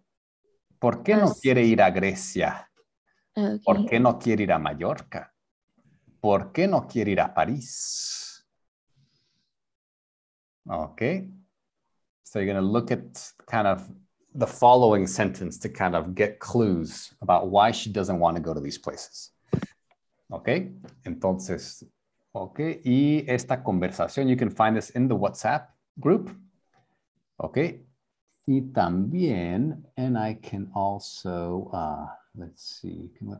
Speaker 1: ¿Por qué no
Speaker 5: Ah, sí.
Speaker 1: quiere ir a Grecia?
Speaker 5: Okay.
Speaker 1: ¿Por qué no quiere ir a Mallorca? ¿Por qué no quiere ir a París? Okay. So you're going to look at kind of the following sentence to kind of get clues about why she doesn't want to go to these places. Okay. Entonces, okay. Y esta conversación, you can find this in the WhatsApp group. Okay. Y también, and I can also, uh, let's see. Can, do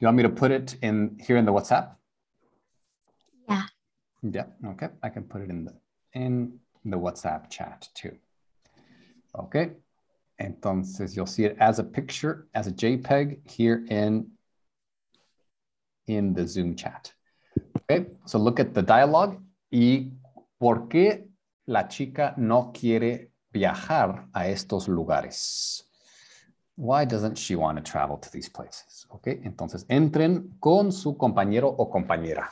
Speaker 1: you want me to put it in here in the WhatsApp?
Speaker 5: Yeah.
Speaker 1: Yeah. Okay. I can put it in the in the WhatsApp chat too. Okay. Entonces, you'll see it as a picture, as a JPEG here in in the Zoom chat. Okay. So look at the dialogue. Y por qué la chica no quiere viajar a estos lugares. Why doesn't she want to travel to these places? Ok, entonces entren con su compañero o compañera.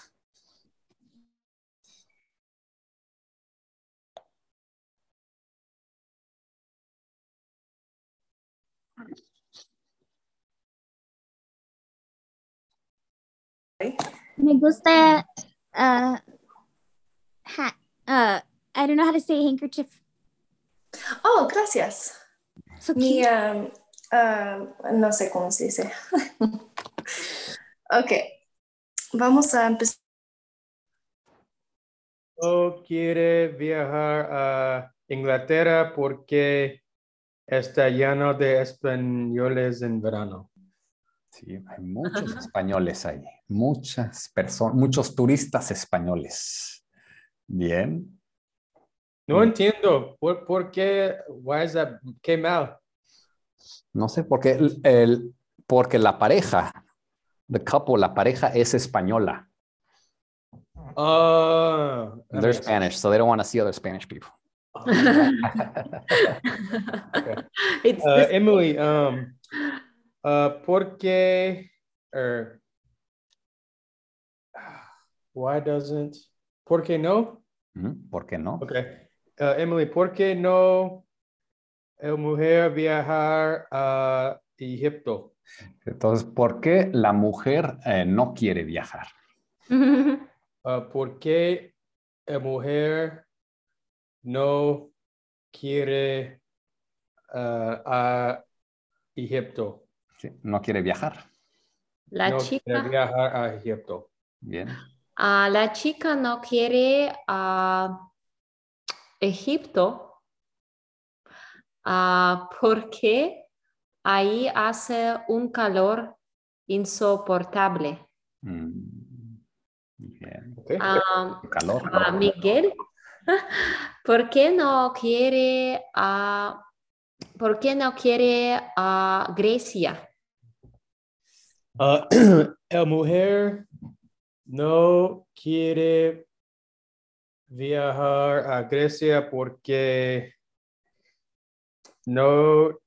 Speaker 5: gusta, uh, hat, uh, I don't know how to say handkerchief.
Speaker 2: Oh, gracias.
Speaker 5: So
Speaker 2: Mi,
Speaker 5: cute.
Speaker 2: um, um, no sé cómo se dice. ok, vamos a empezar.
Speaker 4: No quiere viajar a Inglaterra porque está lleno de españoles en verano.
Speaker 1: Sí, hay muchos españoles ahí, muchas personas, muchos turistas españoles. Bien.
Speaker 4: No
Speaker 1: Mm.
Speaker 4: entiendo. ¿Por, por qué? Why is that? ¿Qué mal?
Speaker 1: No sé por qué el, el- porque la pareja, the couple, la pareja es española.
Speaker 4: Ah, that
Speaker 1: They're
Speaker 4: makes sense.
Speaker 1: Spanish, so they don't want to see other Spanish people.
Speaker 3: It's
Speaker 4: Uh,
Speaker 3: this-
Speaker 4: Emily, um, uh, por qué, or why doesn't, por qué no?
Speaker 1: Mm, ¿Por qué no?
Speaker 4: Okay. Uh, Emily, ¿por qué no el mujer viajar a Egipto?
Speaker 1: Entonces, ¿por qué la mujer eh, no quiere viajar?
Speaker 4: Uh, ¿Por qué la mujer no quiere uh, a Egipto?
Speaker 1: Sí, No quiere viajar.
Speaker 3: la
Speaker 4: no
Speaker 3: chica.
Speaker 4: quiere viajar a Egipto.
Speaker 1: Bien.
Speaker 3: Ah, la chica no quiere a Egipto ah, porque ahí hace un calor insoportable.
Speaker 1: Mm, Bien.
Speaker 4: Okay.
Speaker 3: Ah,
Speaker 1: Calor.
Speaker 3: ah,
Speaker 1: ¿no?
Speaker 3: Miguel, ¿por qué no quiere a, por qué no quiere a Grecia?
Speaker 4: Ah, la mujer no quiere viajar a Grecia porque no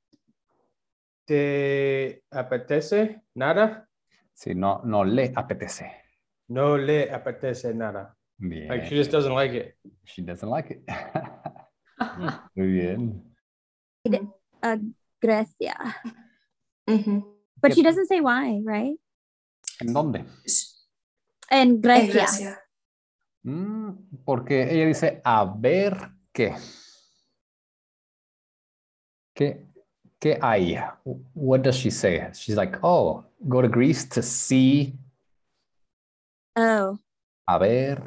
Speaker 4: te apetece nada.
Speaker 1: Sí, no, no le apetece.
Speaker 4: No le apetece nada.
Speaker 1: Bien.
Speaker 4: Like she just doesn't like it.
Speaker 1: She doesn't like it. Muy bien.
Speaker 5: Gracia.
Speaker 2: Ujú.
Speaker 5: But she
Speaker 1: Yep.
Speaker 5: doesn't say why, right?
Speaker 1: ¿En dónde?
Speaker 5: And
Speaker 2: En
Speaker 5: Gracia.
Speaker 2: Grecia.
Speaker 1: Mm, porque ella dice, a ver qué. ¿Qué, qué hay? What does she say? She's like, oh, go to Greece to see,
Speaker 5: Oh,
Speaker 1: a ver,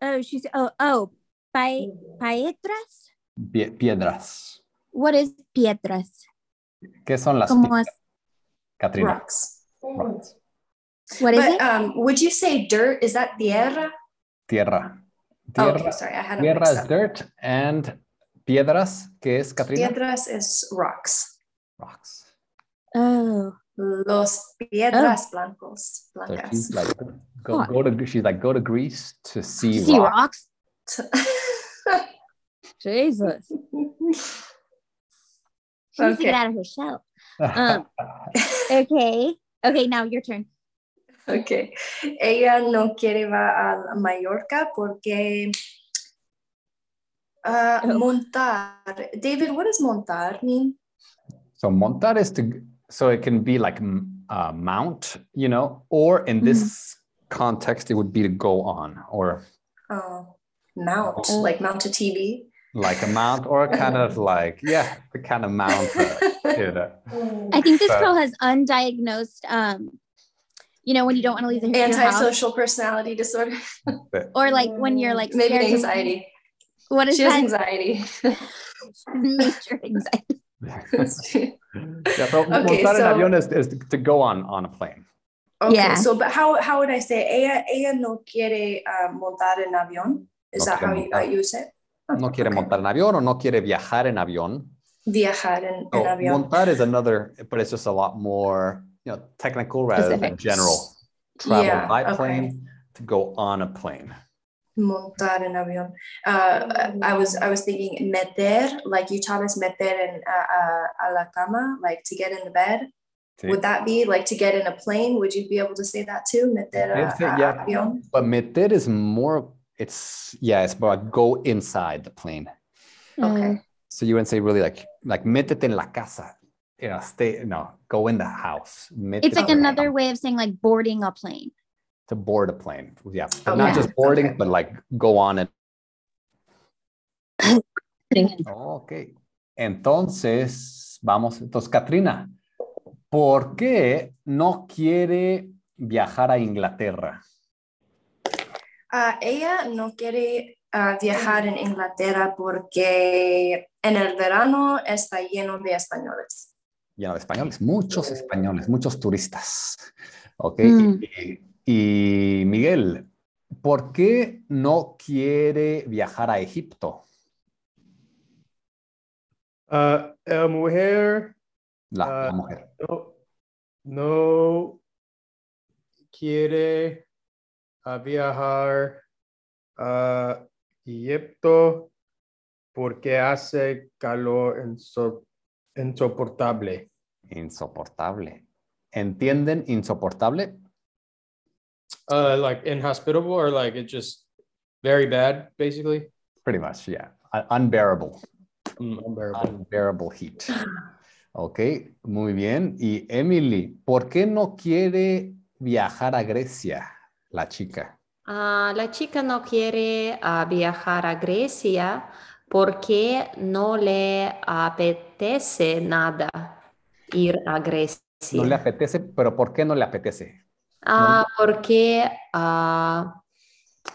Speaker 5: oh, she's oh oh. Pai, piedras.
Speaker 1: pie- piedras.
Speaker 5: What is piedras?
Speaker 1: ¿Qué son las
Speaker 5: Como
Speaker 1: piedras,
Speaker 5: es?
Speaker 1: Katrina?
Speaker 2: Rocks.
Speaker 1: Rocks.
Speaker 5: What is
Speaker 2: But
Speaker 5: it?
Speaker 2: um, would you say dirt? Is that tierra?
Speaker 1: Tierra.
Speaker 2: Oh,
Speaker 1: Tierra,
Speaker 2: okay, sorry, I had a
Speaker 1: tierra
Speaker 2: mix
Speaker 1: es
Speaker 2: up.
Speaker 1: dirt and piedras, ¿qué es, Katrina?
Speaker 2: Piedras is rocks.
Speaker 1: Rocks.
Speaker 5: Oh,
Speaker 2: Los
Speaker 1: Ah.
Speaker 2: piedras blancos,
Speaker 1: So she's
Speaker 2: blancas.
Speaker 1: like, go,
Speaker 5: Fuck.
Speaker 1: go to, she's like, go to Greece to see
Speaker 5: sea
Speaker 1: rock.
Speaker 5: rocks. Jesus. She needs to
Speaker 2: Okay.
Speaker 5: get out of her shell. Um, okay. Okay, now your turn.
Speaker 2: Okay. Ella no quiere ir a Mallorca porque uh,
Speaker 5: Oh.
Speaker 2: montar. David, what does montar mean?
Speaker 1: so montar is to, so it can be like m- uh, mount, you know, or in
Speaker 2: Mm-hmm.
Speaker 1: this context, it would be to go on or
Speaker 2: Oh, mount,
Speaker 5: Oh.
Speaker 2: like mount a TV.
Speaker 1: like a mount or kind of like, yeah, the kind of mount. uh, you know.
Speaker 5: I think this
Speaker 1: But-
Speaker 5: girl has undiagnosed um, you know, when you don't want to leave the your house.
Speaker 2: Antisocial personality disorder.
Speaker 5: Or like when you're like
Speaker 2: Maybe
Speaker 5: scared to-
Speaker 2: anxiety.
Speaker 5: What is
Speaker 2: She has
Speaker 5: that?
Speaker 2: anxiety.
Speaker 5: Major anxiety.
Speaker 1: Yeah, so
Speaker 2: Okay,
Speaker 1: montar en
Speaker 2: so-
Speaker 1: avión is, is to go on, on a plane.
Speaker 2: Okay,
Speaker 5: Yeah.
Speaker 2: so but how how would I say ella ella no quiere uh, montar en avión? Is
Speaker 1: No
Speaker 2: that
Speaker 1: quiere
Speaker 2: how you,
Speaker 1: montar.
Speaker 2: I use it?
Speaker 1: No quiere
Speaker 2: Okay.
Speaker 1: montar en avión o no quiere viajar en avión.
Speaker 2: Viajar en,
Speaker 1: Oh,
Speaker 2: en avión.
Speaker 1: montar is another, but it's just a lot more, you know, technical rather than
Speaker 5: Specific.
Speaker 1: general. Travel
Speaker 2: Yeah,
Speaker 1: by
Speaker 2: okay.
Speaker 1: plane to go on a plane.
Speaker 2: Montar en avión. Uh, I was I was thinking meter, like you taught us meter in uh, uh, a la cama, like to get in the bed.
Speaker 1: Sí.
Speaker 2: Would that be like to get in a plane? Would you be able to say that too? Meter a,
Speaker 1: Yes,
Speaker 2: a
Speaker 1: yeah.
Speaker 2: avión.
Speaker 1: But meter is more, it's, yeah, it's about go inside the plane.
Speaker 2: Okay.
Speaker 1: So you wouldn't say really like, like métete en la casa. You know, stay, no, go in the house.
Speaker 5: It's
Speaker 1: Métete
Speaker 5: like
Speaker 1: en la
Speaker 5: another
Speaker 1: cama.
Speaker 5: way of saying like boarding a plane.
Speaker 1: to board a plane. Yeah,
Speaker 2: Oh,
Speaker 1: not
Speaker 2: yeah.
Speaker 1: just boarding,
Speaker 2: Okay.
Speaker 1: but like go on and.
Speaker 5: Ujú.
Speaker 1: Ok. Entonces, vamos. Entonces, Katrina, ¿por qué no quiere viajar a Inglaterra?
Speaker 2: Ah, ella no quiere ah, viajar en Inglaterra porque en el verano está lleno de españoles.
Speaker 1: Lleno de españoles, muchos españoles, muchos turistas. Ok.
Speaker 5: Mm.
Speaker 1: Y, y Miguel, ¿por qué no quiere viajar a Egipto?
Speaker 4: Uh, a mujer
Speaker 1: La, la
Speaker 4: Ah.
Speaker 1: mujer.
Speaker 4: no, no quiere ah, viajar a Egipto porque hace calor inso- insoportable.
Speaker 1: Insoportable. ¿Entienden insoportable?
Speaker 4: Uh, like inhospitable or like it's just very bad, basically.
Speaker 1: Pretty much, yeah. Un- Unbearable.
Speaker 4: Mm, unbearable.
Speaker 1: Unbearable heat. Ok, muy bien. Y Emily, ¿por qué no quiere viajar a Grecia, la chica?
Speaker 3: Ah, la chica no quiere ah, viajar a Grecia porque no le apetece nada ir a Grecia.
Speaker 1: No le apetece, pero ¿por qué no le apetece?
Speaker 3: Ah, porque ah,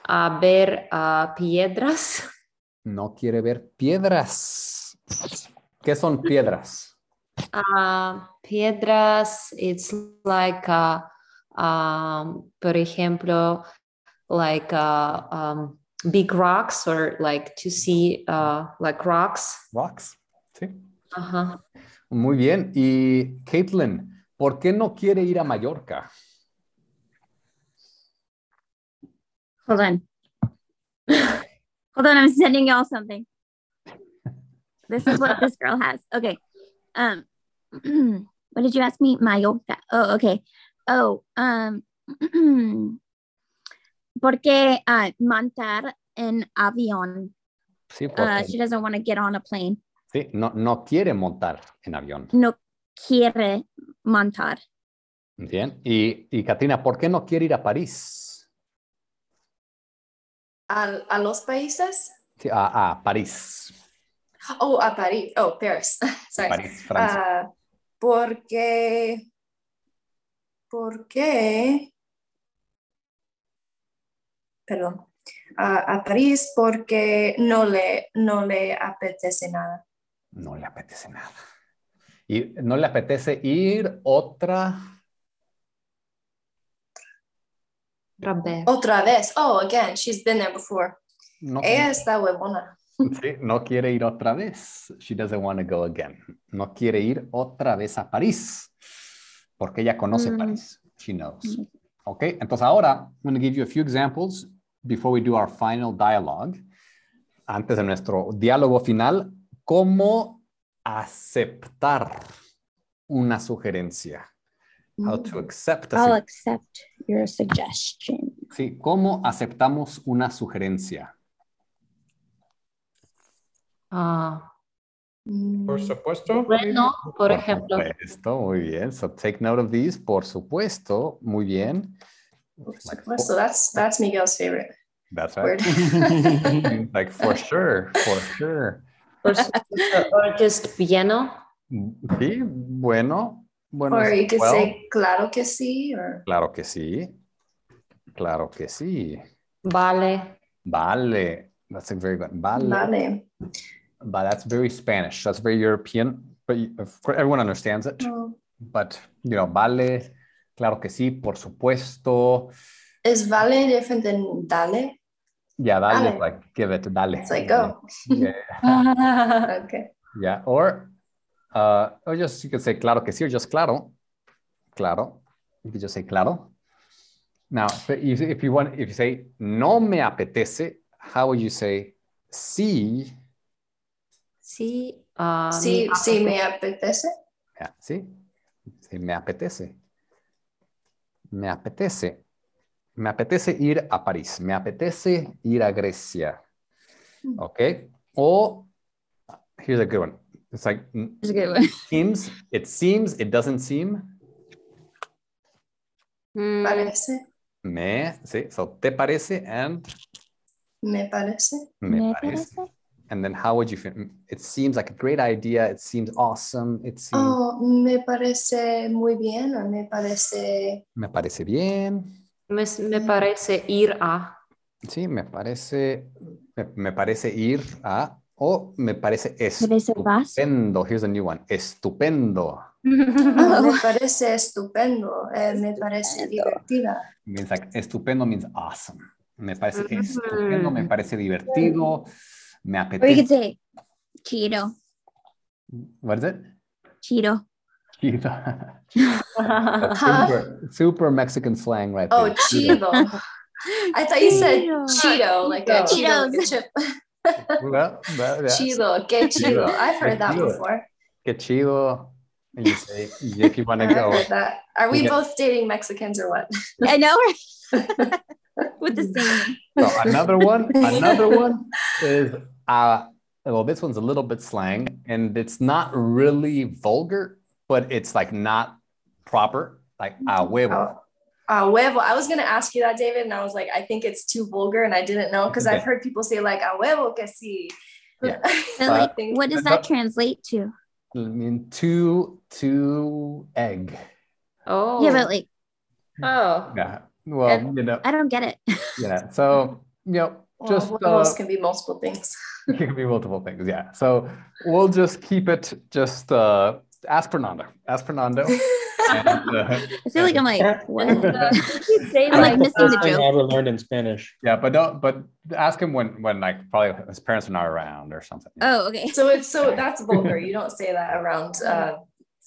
Speaker 3: a ver ah, piedras.
Speaker 1: No quiere ver piedras. ¿Qué son piedras?
Speaker 3: Ah, piedras, it's like, ah, um, por ejemplo, like ah, um, big rocks or like to see ah, like rocks.
Speaker 1: Rocks. Sí.
Speaker 3: Ajá.
Speaker 1: Muy bien. Y Caitlin, ¿por qué no quiere ir a Mallorca?
Speaker 5: Hold on. Hold on, I'm sending y'all something. This is what this girl has. Okay. Um what did you ask me? Mallorca. Oh, okay. Oh, um porque uh montar en avión.
Speaker 1: Ah, Sí, porque
Speaker 5: Uh she doesn't want to get on a plane.
Speaker 1: sí, no, no quiere montar en avión.
Speaker 5: No quiere montar.
Speaker 1: Bien. Y, y Katrina, ¿por qué no quiere ir a París?
Speaker 2: ¿A, a los países?
Speaker 1: Sí, a, a París.
Speaker 2: Oh, a París. Oh, Paris. Sorry.
Speaker 1: París, Francia.
Speaker 2: Ah, porque, porque, perdón, a, a París porque no le, no le apetece nada.
Speaker 1: No le apetece nada. Y no le apetece ir otra.
Speaker 3: Otra vez.
Speaker 2: Otra vez. Oh, again, she's been there before.
Speaker 1: No,
Speaker 2: Ella está huevona.
Speaker 1: sí, no quiere ir otra vez. She doesn't want to go again. No quiere ir otra vez a París. Porque ella conoce
Speaker 5: Mm.
Speaker 1: París. She knows. Ok, entonces ahora, I'm going to give you a few examples before we do our final dialogue. Antes de nuestro diálogo final, ¿cómo aceptar una sugerencia? How to accept a
Speaker 5: I'll
Speaker 1: suggestion.
Speaker 5: accept your suggestion.
Speaker 1: Sí, ¿cómo aceptamos una sugerencia?
Speaker 3: Ah,
Speaker 2: Mm.
Speaker 4: Por supuesto.
Speaker 3: bueno, por ejemplo,
Speaker 1: supuesto, muy bien. So take note of these, por supuesto, muy bien.
Speaker 2: Por supuesto, that's, that's Miguel's favorite
Speaker 1: That's
Speaker 2: word.
Speaker 1: oh, right. like for sure, for sure.
Speaker 3: por supuesto, or just piano.
Speaker 1: Sí, bueno, bueno.
Speaker 2: Or
Speaker 1: as
Speaker 2: you could
Speaker 1: well.
Speaker 2: say, claro que sí, or
Speaker 1: Claro que sí. Claro que sí.
Speaker 3: Vale,
Speaker 1: Vale. That's a very good. Vale.
Speaker 2: vale.
Speaker 1: But that's very Spanish. That's very European. But you- of course, everyone understands it.
Speaker 2: Oh.
Speaker 1: But, you know, vale. Claro que sí, por supuesto.
Speaker 2: Is vale different than dale?
Speaker 1: Yeah, dale,
Speaker 2: Dale.
Speaker 1: like give it, dale.
Speaker 2: It's like, oh, go.
Speaker 1: Yeah,
Speaker 2: Okay.
Speaker 1: yeah. Or, uh, or just you could say claro que sí, or just claro, claro. You could just say claro. Now, if if if you want, if you say no me apetece, how would you say sí?
Speaker 3: sí. ah,
Speaker 2: Sí,
Speaker 3: me
Speaker 2: sí, me apetece.
Speaker 1: Yeah, sí, sí, me apetece. Me apetece. Me apetece ir a París. Me apetece ir a Grecia. Okay. Or here's a good one. It's like mm,
Speaker 5: That's a good one.
Speaker 1: seems, it seems, it doesn't seem.
Speaker 3: Mm,
Speaker 2: Parece.
Speaker 1: Me, sí, so te parece and
Speaker 2: Me parece.
Speaker 1: me, parece. And then how would you feel? It seems like a great idea. It seems awesome. It seems,
Speaker 2: Oh, me parece muy bien o me parece.
Speaker 1: me parece bien.
Speaker 3: Me, me parece ir a.
Speaker 1: Sí, me parece, me, me parece ir a, o me parece
Speaker 5: parece vaso.
Speaker 1: estupendo. Here's a new one. Estupendo.
Speaker 2: Ah, me parece estupendo. eh, me parece divertida.
Speaker 1: Means like, estupendo means awesome. Me parece estupendo, me parece divertido, me
Speaker 5: Or you could
Speaker 1: apetece.
Speaker 5: say Cheeto.
Speaker 1: What is it?
Speaker 5: Cheeto.
Speaker 1: Chido. super, super Mexican slang right
Speaker 2: Oh,
Speaker 1: there.
Speaker 2: chido. I thought you said
Speaker 5: Cheeto.
Speaker 2: Cheeto, like a Cheeto,
Speaker 5: Cheetos.
Speaker 2: like a chip.
Speaker 1: Well, well, yeah.
Speaker 2: Chido, que
Speaker 1: Chido.
Speaker 2: chido. I've heard that
Speaker 1: Chido.
Speaker 2: before.
Speaker 1: Qué chido. And you say, if you want to
Speaker 2: I've
Speaker 1: go.
Speaker 2: heard that. Are we
Speaker 1: Yeah.
Speaker 2: both dating Mexicans or what?
Speaker 5: I know. right? With the same.
Speaker 1: So another one, another one is uh well, this one's a little bit slang and it's not really vulgar, but it's like not proper, like a huevo.
Speaker 2: Oh, Ah, huevo. I was gonna ask you that, David, and I was like, I think it's too vulgar, and I didn't know because I've
Speaker 1: Okay.
Speaker 2: heard people say like a huevo que sí.
Speaker 1: Yeah.
Speaker 5: So like,
Speaker 2: Think-
Speaker 5: what does that translate to?
Speaker 1: I mean two two egg.
Speaker 3: Oh.
Speaker 5: Yeah, but like,
Speaker 3: oh.
Speaker 1: Yeah. Well, you know,
Speaker 5: I don't get it.
Speaker 1: yeah. So you know,
Speaker 2: Well,
Speaker 1: just
Speaker 2: huevos
Speaker 1: uh,
Speaker 2: can be multiple things.
Speaker 1: it can be multiple things. Yeah. So we'll just keep it just uh ask Fernando. Ask Fernando. And, uh,
Speaker 5: I feel like I'm like, what?
Speaker 3: You say
Speaker 5: I'm like
Speaker 3: like
Speaker 5: missing the
Speaker 4: First thing I
Speaker 5: joke.
Speaker 4: ever learned in Spanish.
Speaker 1: Yeah, but don't. But ask him when when like probably his parents are not around or something.
Speaker 2: Uh,
Speaker 5: Oh, okay.
Speaker 2: so it's so that's vulgar. You don't say that around, uh,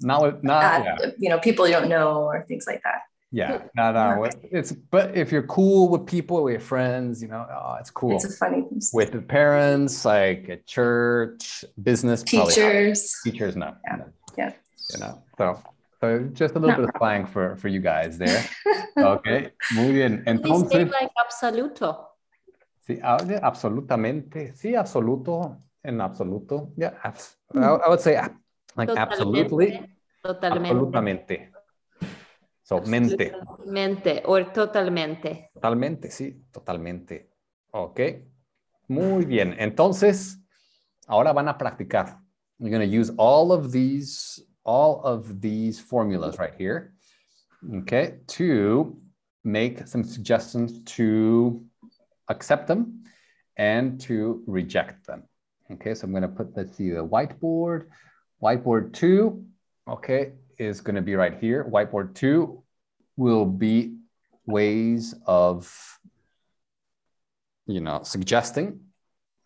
Speaker 1: not with not
Speaker 2: at,
Speaker 1: yeah
Speaker 2: you know, people you don't know or things like that.
Speaker 1: yeah not uh, with, it's but if you're cool with people with your friends you know oh, it's cool
Speaker 2: It's a funny
Speaker 1: with the parents like at church business probably not.
Speaker 2: teachers.
Speaker 1: teachers no
Speaker 2: Yeah.
Speaker 1: No.
Speaker 2: Yeah.
Speaker 1: you know so so just a little
Speaker 5: Not
Speaker 1: bit of slang for for you guys there okay muy bien
Speaker 3: you say
Speaker 1: entonces
Speaker 3: like absoluto.
Speaker 1: Sí, ah, yeah, absolutamente. Sí, absoluto. En absoluto. Yeah, abs- I, I would say ah, like absolutely.
Speaker 3: Totalmente.
Speaker 1: Absolutamente. So, mente.
Speaker 3: Mente o totalmente.
Speaker 1: Totalmente, sí, totalmente. Ok. Muy bien. Entonces, ahora van a practicar. You're going to use all of these, all of these formulas right here. Okay. To make some suggestions to accept them and to reject them. Okay. So I'm going to put, let's see, the whiteboard. Whiteboard two, okay, is going to be right here. Whiteboard two will be ways of you know suggesting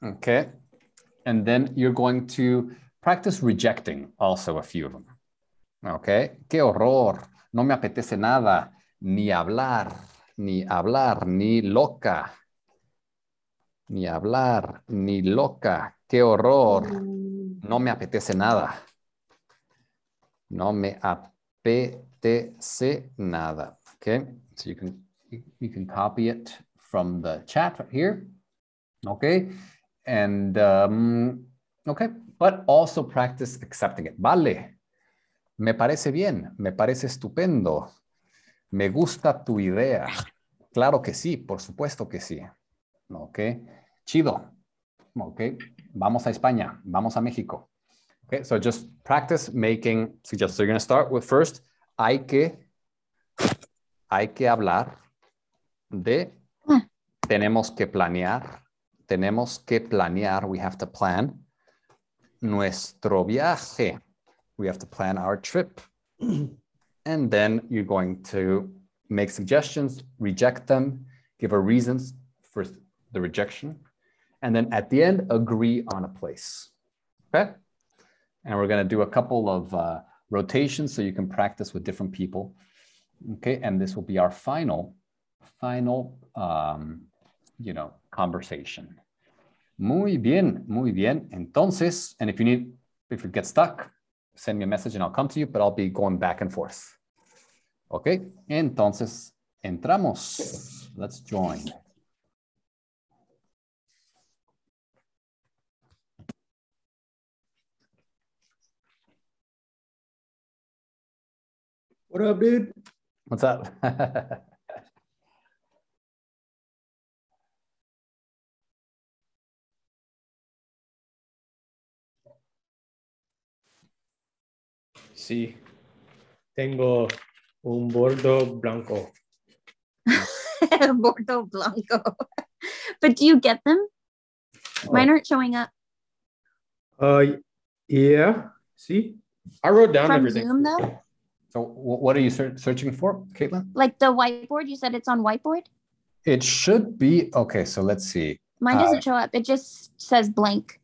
Speaker 1: okay and then you're going to practice rejecting also a few of them okay qué horror no me apetece nada ni hablar ni hablar ni loca ni hablar ni loca qué horror no me apetece nada no me apetece nada. Okay, so you can you, you can copy it from the chat right here. Okay, and um, okay, but also practice accepting it. Vale, me parece bien, me parece estupendo, me gusta tu idea. Claro que sí, por supuesto que sí. Okay, chido. Okay, vamos a España, vamos a México. Okay, so just practice making suggestions. So you're going to start with first, hay que, hay que hablar de,
Speaker 5: Ah.
Speaker 1: tenemos que planear, tenemos que planear, we have to plan nuestro viaje, we have to plan our trip. and then you're going to make suggestions, reject them, give a reasons for the rejection, and then at the end, agree on a place. Okay? and we're going to do a couple of uh, rotations so you can practice with different people okay and this will be our final final um, you know conversation muy bien muy bien entonces and if you need if you get stuck send me a message and i'll come to you but i'll be going back and forth okay entonces entramos let's join
Speaker 4: What up, dude?
Speaker 1: what's up
Speaker 4: Sí. Tengo un bordo blanco.
Speaker 5: Bordeaux Blanco. but do you get them? Mine aren't showing up
Speaker 4: Uh, yeah. See, I wrote down
Speaker 5: from
Speaker 4: everything.
Speaker 5: Zoom though.
Speaker 1: So, wh- what are you sear- searching for, Caitlin?
Speaker 5: Like the whiteboard, you said it's on whiteboard.
Speaker 1: It should be okay. So let's see.
Speaker 5: Mine
Speaker 1: Uh,
Speaker 5: doesn't show up. It just says blank.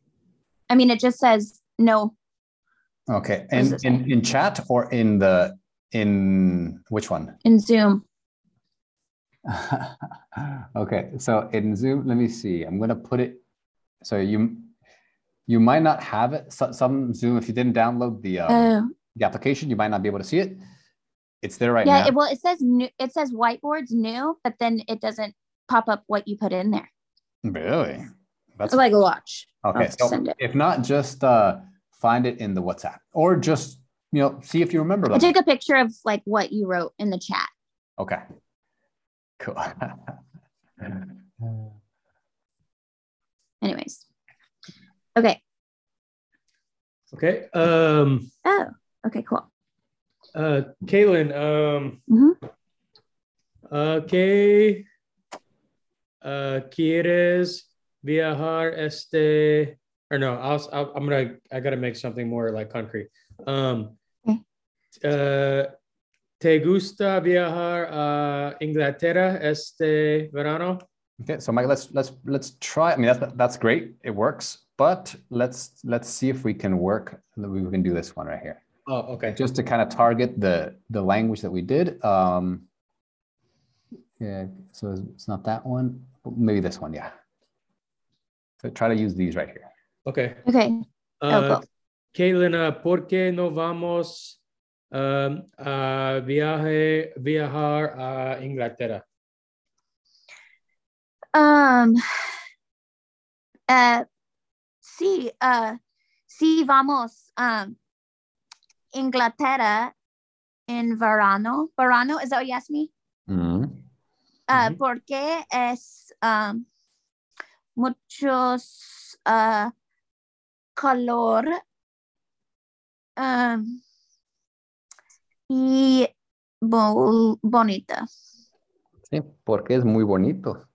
Speaker 5: I mean, it just says no.
Speaker 1: Okay,
Speaker 5: does
Speaker 1: in
Speaker 5: it say?
Speaker 1: in, in chat or in the in which one?
Speaker 5: in Zoom.
Speaker 1: okay, so in Zoom, let me see. I'm gonna put it. So you you might not have it. So, some Zoom, if you didn't download the um,
Speaker 5: Oh,
Speaker 1: the application, you might not be able to see it. It's there right
Speaker 5: yeah.
Speaker 1: now.
Speaker 5: It, well, it says new. It says whiteboards new, but then it doesn't pop up what you put in there.
Speaker 1: really? That's
Speaker 5: like watch.
Speaker 1: okay.
Speaker 5: I'll
Speaker 1: So
Speaker 5: send it.
Speaker 1: if not, just uh, find it in the WhatsApp or just you know see if you remember
Speaker 5: I
Speaker 1: them.
Speaker 5: took a picture of like what you wrote in the chat.
Speaker 1: Okay. Cool. Uh,
Speaker 5: Anyways. Okay.
Speaker 4: Okay. Um.
Speaker 5: Oh. Okay. Cool.
Speaker 4: Uh, Kaylin. Um.
Speaker 5: Mhm.
Speaker 4: Uh, ¿qué, uh, ¿Quieres viajar este? Or no, I'll, I'll, I'm gonna. I gotta make something more like concrete. Um.
Speaker 5: Okay.
Speaker 4: Uh, ¿Te gusta viajar a Inglaterra este verano?
Speaker 1: Okay, so Mike, let's let's let's try. I mean, that's that's great. It works, but let's let's see if we can work. We can do this one right here,
Speaker 4: Oh, okay.
Speaker 1: just to kind of target the the language that we did. Um, yeah, so it's not that one. Maybe this one, yeah. So try to use these right here.
Speaker 4: Okay.
Speaker 5: Okay.
Speaker 4: Uh,
Speaker 5: Oh, cool.
Speaker 4: Kaylin, uh, ¿por qué no vamos um, a viaje, viajar a Inglaterra?
Speaker 5: Um. Uh. Sí. Uh. Sí. Vamos. Um. Inglaterra. In verano. Verano. Is that what you asked me? Ah,
Speaker 4: Ujú.
Speaker 5: porque es am, muchos ah, calor am, ah, y bol- bonita,
Speaker 1: Oh, Sí, porque es muy bonito.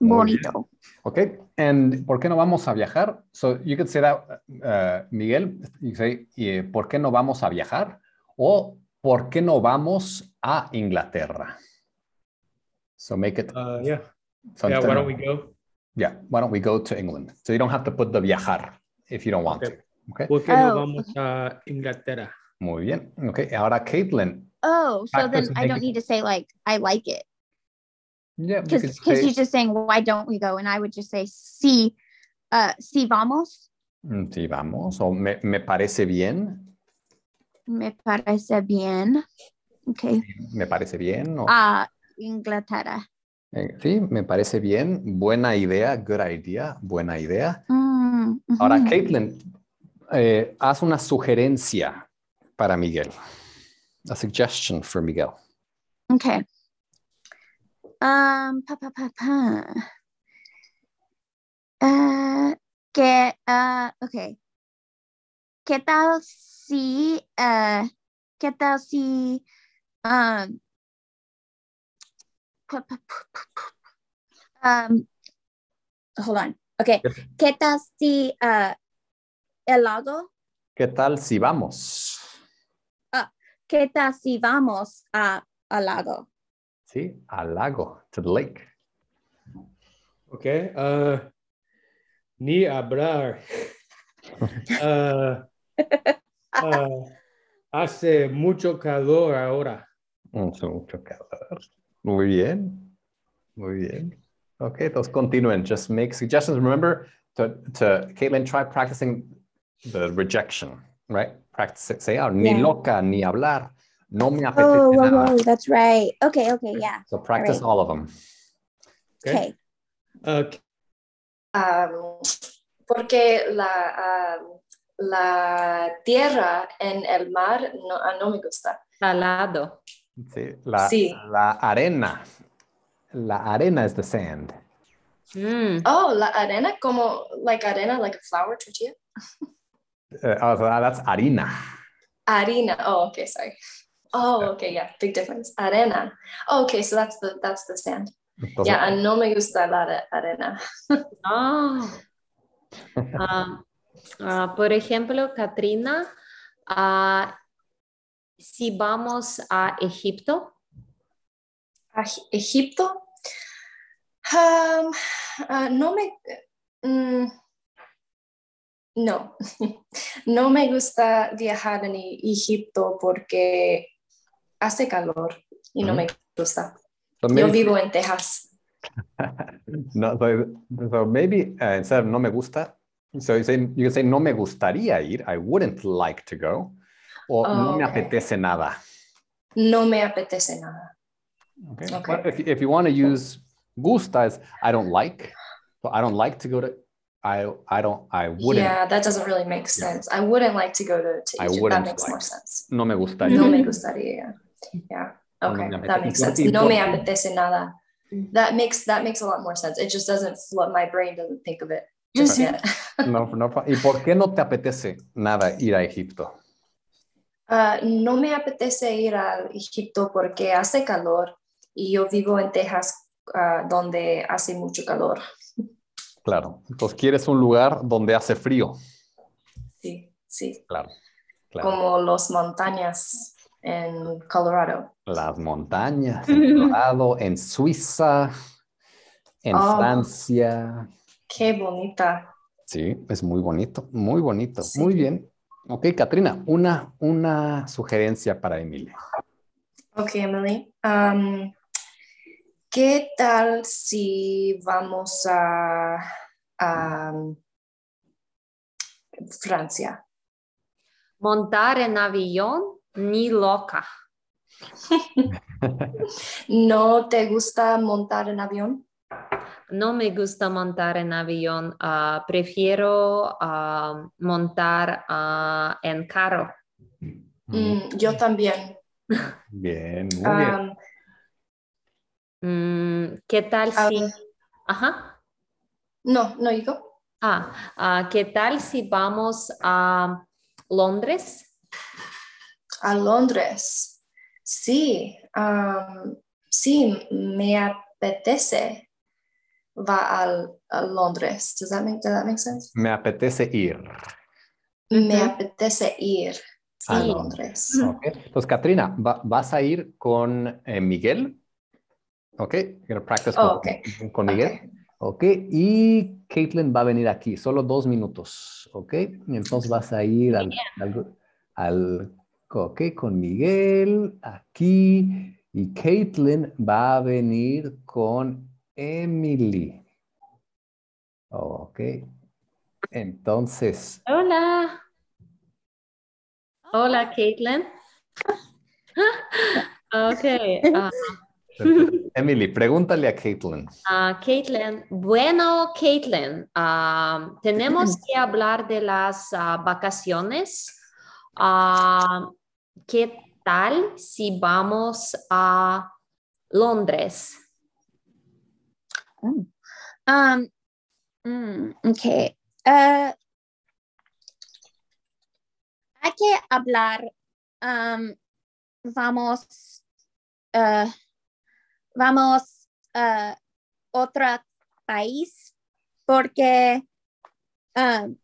Speaker 1: Muy bien.
Speaker 5: bonito.
Speaker 1: Okay, and ¿por qué no vamos a viajar? So you could say that, uh, Miguel, you say, eh, ¿por qué no vamos a viajar? O ¿por qué no vamos a Inglaterra? So make it.
Speaker 4: Uh, yeah.
Speaker 1: something-
Speaker 4: Yeah, why don't we go?
Speaker 1: Yeah, why don't we go to England? So you don't have to put the viajar if you don't want
Speaker 4: Okay.
Speaker 1: to. Okay,
Speaker 4: ¿Por qué no
Speaker 5: Oh,
Speaker 4: vamos a Inglaterra?
Speaker 1: muy bien. Okay, ahora Caitlin.
Speaker 5: Oh, so
Speaker 1: Factors
Speaker 5: then
Speaker 1: that
Speaker 5: I
Speaker 1: make
Speaker 5: don't
Speaker 1: it-
Speaker 5: need to say like I like it
Speaker 1: Yeah, you could
Speaker 5: because because
Speaker 1: say-
Speaker 5: you're just saying why don't we go and I would just say sí, uh, sí vamos.
Speaker 1: Mm, Sí, vamos. O me, me parece bien.
Speaker 5: Me parece bien. Okay.
Speaker 1: Me parece bien. o-
Speaker 5: Ah, Inglaterra.
Speaker 1: Eh, Sí, me parece bien. Buena idea, good idea, buena idea.
Speaker 5: Mm,
Speaker 1: Ahora,
Speaker 5: ujú.
Speaker 1: Caitlin, eh, haz una sugerencia para Miguel. A suggestion for Miguel.
Speaker 5: Okay. Um, pa pa pa pa. Uh, que, uh, okay. ¿Qué tal si, uh, qué tal si, um, pa, pa, pa, pa, pa, pa. um, hold on. Okay. ¿Qué tal si, uh, el lago?
Speaker 1: ¿Qué tal si vamos?
Speaker 5: ¿Qué tal si vamos a, al lago?
Speaker 1: Sí, al lago, to the lake.
Speaker 4: Okay. Uh, ni hablar. Uh, uh, hace mucho calor ahora.
Speaker 1: Mucho, mucho calor. Muy bien. Muy bien. Okay, those continúen. Just make suggestions. Remember to, to Caitlin, try practicing the rejection, right? Practice it. Say, oh, ni
Speaker 5: Yeah.
Speaker 1: loca, ni hablar. No me apetece
Speaker 5: Oh, whoa,
Speaker 1: nada.
Speaker 5: whoa, that's right. Okay, okay, yeah.
Speaker 1: So practice
Speaker 5: Alright.
Speaker 1: all of them.
Speaker 4: Okay.
Speaker 5: Okay.
Speaker 4: Uh,
Speaker 2: Um, porque la, um, la tierra en el mar no, ah, no me gusta.
Speaker 3: Salado.
Speaker 1: Sí, la,
Speaker 2: Sí.
Speaker 1: la arena. La arena is the sand.
Speaker 3: Mm.
Speaker 2: Oh, la arena, como like arena, like a flower tortilla.
Speaker 1: Eh, Uh, oh, so that's harina.
Speaker 2: Arena. Oh, okay, sorry. Oh, okay, yeah, big difference. Arena. Oh, okay, so that's the that's the sand.
Speaker 1: Entonces,
Speaker 2: Yeah, and no me gusta la are- arena.
Speaker 3: Ah. Ah, ah, por ejemplo, Katrina, ah, si vamos a Egipto,
Speaker 2: Aj- Egipto. Um, uh, no me. mm, no, no me gusta viajar en E- Egipto porque hace calor y no
Speaker 1: Ujú.
Speaker 2: me gusta.
Speaker 1: so
Speaker 2: Yo
Speaker 1: maybe-
Speaker 2: vivo en Texas.
Speaker 1: No, so, so maybe uh, instead of no me gusta, so you say you can say no me gustaría ir. I wouldn't like to go, or no
Speaker 2: Oh,
Speaker 1: me
Speaker 2: okay.
Speaker 1: apetece nada.
Speaker 2: No me apetece nada.
Speaker 1: Okay.
Speaker 2: Okay.
Speaker 1: But if if you want to use gusta, is I don't like. So I don't like to go to. I I don't. I wouldn't.
Speaker 2: Yeah, that doesn't really make
Speaker 1: Yeah.
Speaker 2: sense. I wouldn't like to go to, to
Speaker 1: I
Speaker 2: Egypt.
Speaker 1: wouldn't
Speaker 2: that makes
Speaker 1: like.
Speaker 2: more sense.
Speaker 1: No me gustaría.
Speaker 2: No me gustaría. Yeah.
Speaker 1: No, no
Speaker 2: Okay,
Speaker 1: me
Speaker 2: that
Speaker 1: apetece.
Speaker 2: makes
Speaker 1: Y por-
Speaker 2: sense.
Speaker 1: y
Speaker 2: No
Speaker 1: por-
Speaker 2: me apetece nada. That makes that makes a lot more sense. It just doesn't flow. My brain doesn't think of it just yet.
Speaker 1: No, no, ¿Y por qué no te apetece nada ir a Egipto?
Speaker 2: Uh, no me apetece ir a Egipto porque hace calor y yo vivo en Texas uh, donde hace mucho calor.
Speaker 1: Claro. Entonces quieres un lugar donde hace frío.
Speaker 2: Sí, sí.
Speaker 1: Claro. Claro.
Speaker 2: Como las montañas en Colorado.
Speaker 1: Las montañas, en Colorado, en Suiza, en
Speaker 2: Oh.
Speaker 1: Francia.
Speaker 2: Qué bonita.
Speaker 1: Sí, es muy bonito, muy bonito.
Speaker 2: Sí.
Speaker 1: Muy bien. Ok, Katrina, una, una sugerencia para Emilia.
Speaker 2: Okay, Emily. Um, ¿Qué tal si vamos a, a Francia?
Speaker 3: montar en avión, ni loca.
Speaker 2: ¿No te gusta montar en avión?
Speaker 3: No me gusta montar en avión, ah, prefiero ah, montar ah, en carro.
Speaker 2: Mm, yo también.
Speaker 1: Bien, muy bien.
Speaker 2: Um,
Speaker 3: Mm, ¿Qué tal
Speaker 2: Ah.
Speaker 3: si... Ajá.
Speaker 2: no, no, digo.
Speaker 3: Ah, ah, ¿qué tal si vamos a Londres?
Speaker 2: A Londres. Sí, um, sí, me apetece. Va al, a Londres. Does that make, does that make sense?
Speaker 1: Me apetece ir.
Speaker 2: Me
Speaker 3: Ujú.
Speaker 2: apetece ir a
Speaker 1: Sí.
Speaker 2: Londres.
Speaker 1: Ok. Entonces, Katrina, va- vas a ir con eh, Miguel. Ok, you're gonna practice
Speaker 2: Oh,
Speaker 1: con,
Speaker 2: okay.
Speaker 1: con Miguel. Ok, y Caitlin va a venir aquí, solo dos minutos, ok. Y Entonces vas a ir al, al, al- ok, con Miguel aquí y Caitlin va a venir con Emily. Ok, entonces,
Speaker 3: Hola. Hola, Caitlin. Ok. ah,
Speaker 1: Emily, pregúntale a Caitlin.
Speaker 3: ah, Caitlin. Bueno, Caitlin, ah, tenemos que hablar de las ah, vacaciones. Ah, ¿Qué tal si vamos a Londres?
Speaker 5: Oh. Um. mm, okay. Uh. Hay que hablar. Um. Vamos. Uh. Vamos. Uh. Otro país porque. Um.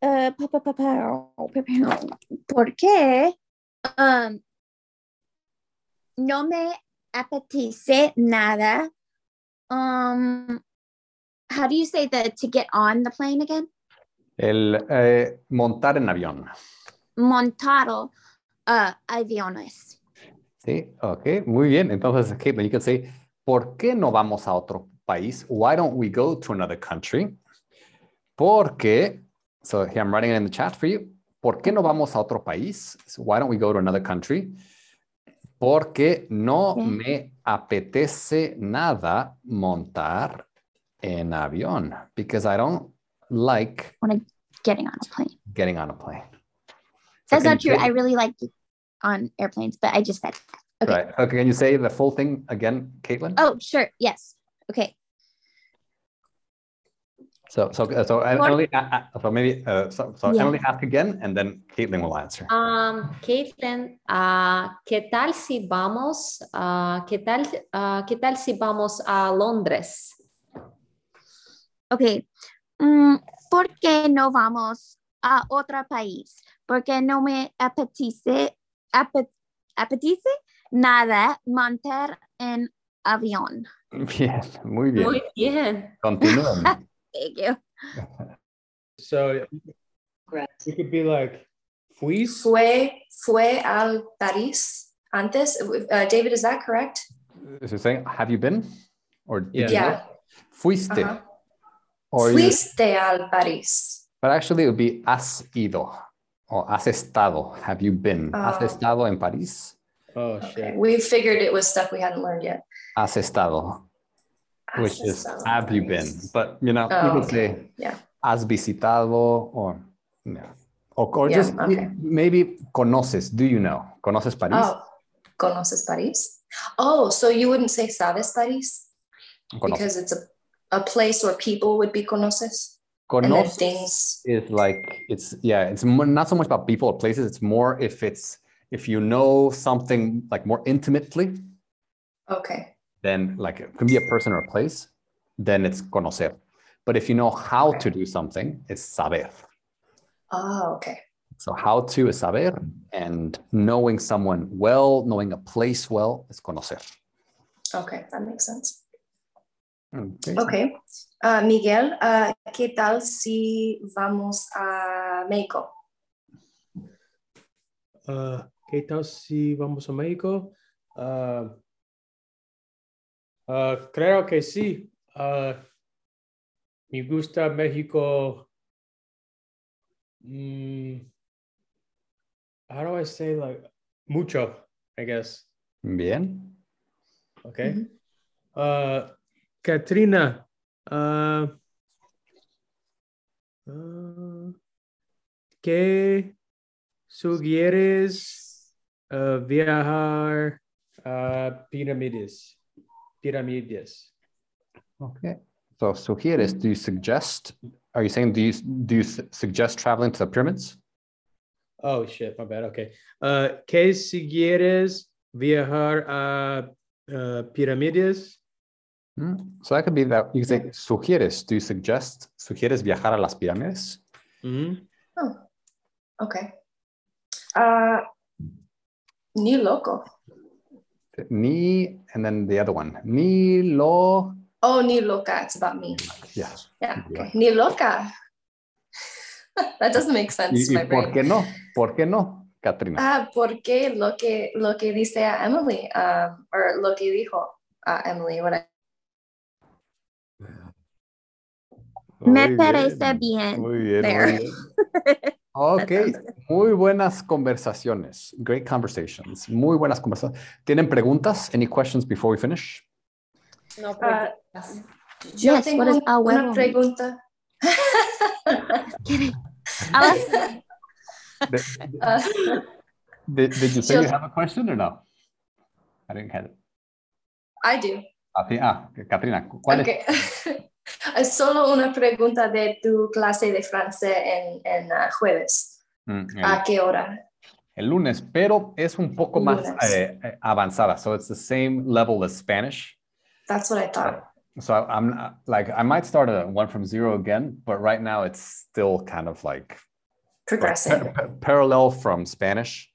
Speaker 5: Uh, pa, pa, pa, pa, pa, pa, porque um, no me apetece nada um how do you say the to get on the plane again
Speaker 1: El eh, montar en avión.
Speaker 5: montado uh aviones
Speaker 1: Sí, ok, muy bien. Entonces, Caitlin, you can say, ¿por qué no vamos a otro país? Why don't we go to another country? Porque, so here I'm writing it in the chat for you. ¿Por qué no vamos a otro país? So, why don't we go to another country? Porque no
Speaker 5: Sí.
Speaker 1: me apetece nada montar en avión. Because I don't like
Speaker 5: getting on a plane
Speaker 1: getting on a plane. So
Speaker 5: that's
Speaker 1: can
Speaker 5: not
Speaker 1: you
Speaker 5: true
Speaker 1: say-
Speaker 5: i really like on airplanes but i just said okay.
Speaker 1: Right. Okay, can you say the full thing again, Caitlin?
Speaker 5: oh sure yes okay
Speaker 1: So, so, so I
Speaker 5: Or-
Speaker 1: only, I- I- so maybe, uh, so, so
Speaker 5: Yeah.
Speaker 1: I only ask again, and then Caitlin will answer.
Speaker 3: Um, Caitlin, ah, ¿qué tal si vamos, ah, qué tal, ah, qué tal si vamos a Londres?
Speaker 5: Ok. Mm, ¿Por qué no vamos a otro país? Porque no me apetece, ape- apetece nada montar en avión.
Speaker 2: Um,
Speaker 1: Bien, muy bien.
Speaker 3: Muy bien.
Speaker 1: Continúen.
Speaker 5: Thank you.
Speaker 4: So
Speaker 9: Gracias.
Speaker 4: you could be like, fuis.
Speaker 2: Fue, fue al París antes. Uh, David, is that correct?
Speaker 1: Is it saying, have you been? Or did
Speaker 4: Yeah.
Speaker 1: you
Speaker 2: Yeah.
Speaker 1: go? Fuiste.
Speaker 2: Uh-huh.
Speaker 1: Or you,
Speaker 2: Fuiste al París.
Speaker 1: but actually, it would be has ido or has estado. Have you been? Has
Speaker 2: Oh.
Speaker 1: estado en París?
Speaker 4: Oh shit.
Speaker 2: We figured it was stuff we hadn't learned yet.
Speaker 1: Has estado, which is
Speaker 2: Estado en
Speaker 1: have you been?
Speaker 2: París.
Speaker 1: But you know,
Speaker 2: Oh,
Speaker 1: you could
Speaker 2: okay.
Speaker 1: say
Speaker 2: Yeah.
Speaker 1: has visitado or no. Or, or
Speaker 2: Yeah,
Speaker 1: just
Speaker 2: okay.
Speaker 1: maybe conoces. Do you know? Conoces París?
Speaker 2: Oh, conoces París? Oh, so you wouldn't say sabes París
Speaker 1: Conoces.
Speaker 2: because it's a, a place where people would be conoces and then
Speaker 1: Conoces
Speaker 2: things.
Speaker 1: is like it's yeah it's mo- not so much about people or places it's more if it's if you know something like more intimately
Speaker 2: Okay.
Speaker 1: then like it could be a person or a place then it's conocer but if you know how to do something it's saber
Speaker 2: Oh, okay.
Speaker 1: so how to is saber and knowing someone well knowing a place well is conocer
Speaker 2: Okay, that makes sense.
Speaker 1: okay,
Speaker 2: Okay. Uh, Miguel, uh, ¿qué tal si vamos a México?
Speaker 4: Uh, ¿Qué tal si vamos a México? Uh, uh, creo que sí. Uh, me gusta México. Mm, how do I say like mucho? I guess.
Speaker 1: bien
Speaker 4: Okay. Uh, Katrina. Uh, uh, ¿Qué sugieres uh, viajar a pirámides? Pirámides.
Speaker 1: okay so sugieres
Speaker 2: Mm-hmm.
Speaker 1: do you suggest are you saying do you do you su- suggest traveling to the pyramids
Speaker 4: Oh shit, my bad. Okay. Uh, ¿Qué sugieres viajar a uh, pirámides?
Speaker 1: Mm, So that could be that you could say sugieres. Do you suggest sugieres viajar a las pirámides?
Speaker 4: Mhm.
Speaker 2: Okay. Uh, ni loco.
Speaker 1: Ni and then the other one. Ni lo.
Speaker 2: Oh, ni loca. It's about me.
Speaker 1: Yeah.
Speaker 2: Yeah.
Speaker 1: Yeah.
Speaker 2: Okay. Ni loca. that doesn't make sense to
Speaker 1: Y,
Speaker 2: my
Speaker 1: y por
Speaker 2: brain.
Speaker 1: qué no? ¿Por qué no, Katrina?
Speaker 2: Ah, porque lo que, lo que dice a Emily, um, or lo que dijo a Emily, what I,
Speaker 5: Me
Speaker 1: Muy
Speaker 5: parece bien.
Speaker 1: Muy bien.
Speaker 5: There.
Speaker 1: Muy bien. Ok,
Speaker 5: That sounds
Speaker 1: muy buenas conversaciones. Great conversations. Muy buenas conversaciones. ¿Tienen preguntas? Any questions before we finish?
Speaker 3: No
Speaker 2: Ah,
Speaker 3: preguntas.
Speaker 2: yo
Speaker 5: Yes,
Speaker 2: tengo
Speaker 5: what is a
Speaker 2: una
Speaker 5: huevo?
Speaker 2: pregunta.
Speaker 5: Kidding. I was-
Speaker 1: Did,
Speaker 2: Ah,
Speaker 1: did, did you say
Speaker 2: Yo-
Speaker 1: you have a question or no? I didn't have it.
Speaker 2: I do.
Speaker 1: Ah, sí, ah, Katrina, ¿cuál es?
Speaker 2: Okay. Es Solo una pregunta de tu clase de francés en, en ah, jueves.
Speaker 1: Mm, el-
Speaker 2: ¿A qué hora?
Speaker 1: el lunes, pero es un poco más
Speaker 2: Lunes.
Speaker 1: eh, eh, avanzada. So it's the same level as Spanish.
Speaker 2: That's what I thought.
Speaker 1: So I- I'm uh, like, I might start a one from zero again, but right now it's still kind of like like,
Speaker 2: Progressing.
Speaker 1: pa- pa- parallel from Spanish.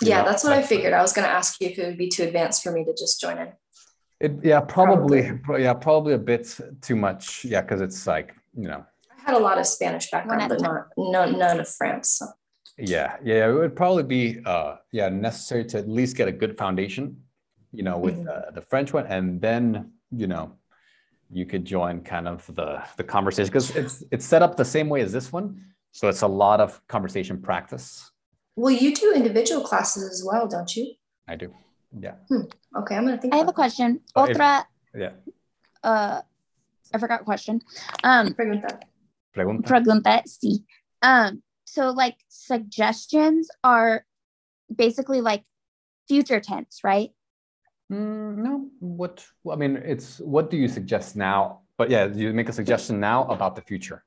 Speaker 1: you
Speaker 2: Yeah,
Speaker 1: know,
Speaker 2: that's what I
Speaker 1: like-
Speaker 2: figured. I was going to ask you if it would be too advanced for me to just join in.
Speaker 1: It, yeah, probably, pro- Yeah, probably a bit too much. Yeah, because it's like you know.
Speaker 2: I had a lot of Spanish
Speaker 5: at
Speaker 2: background,
Speaker 5: a
Speaker 2: but not, no, none of France. so.
Speaker 1: Yeah, yeah, it would probably be uh, yeah necessary to at least get a good foundation, you know, with
Speaker 5: Mm-hmm.
Speaker 1: uh, the French one, and then you know, you could join kind of the the conversation because it's it's set up the same way as this one, so it's a lot of conversation practice.
Speaker 2: Well, you do individual classes as well, don't you?
Speaker 1: I do, yeah,
Speaker 2: Okay, I'm going to think
Speaker 5: I have a
Speaker 2: about that.
Speaker 5: question.
Speaker 1: Oh, if-
Speaker 5: Otra.
Speaker 1: yeah.
Speaker 5: Uh, I forgot question. Um,
Speaker 2: Pregunta.
Speaker 1: Pregunta.
Speaker 5: pregunta sí. Um, so like suggestions are basically like future tense, right?
Speaker 1: Mm, no, what I mean, it's what do you suggest now But yeah, you make a suggestion now about the future.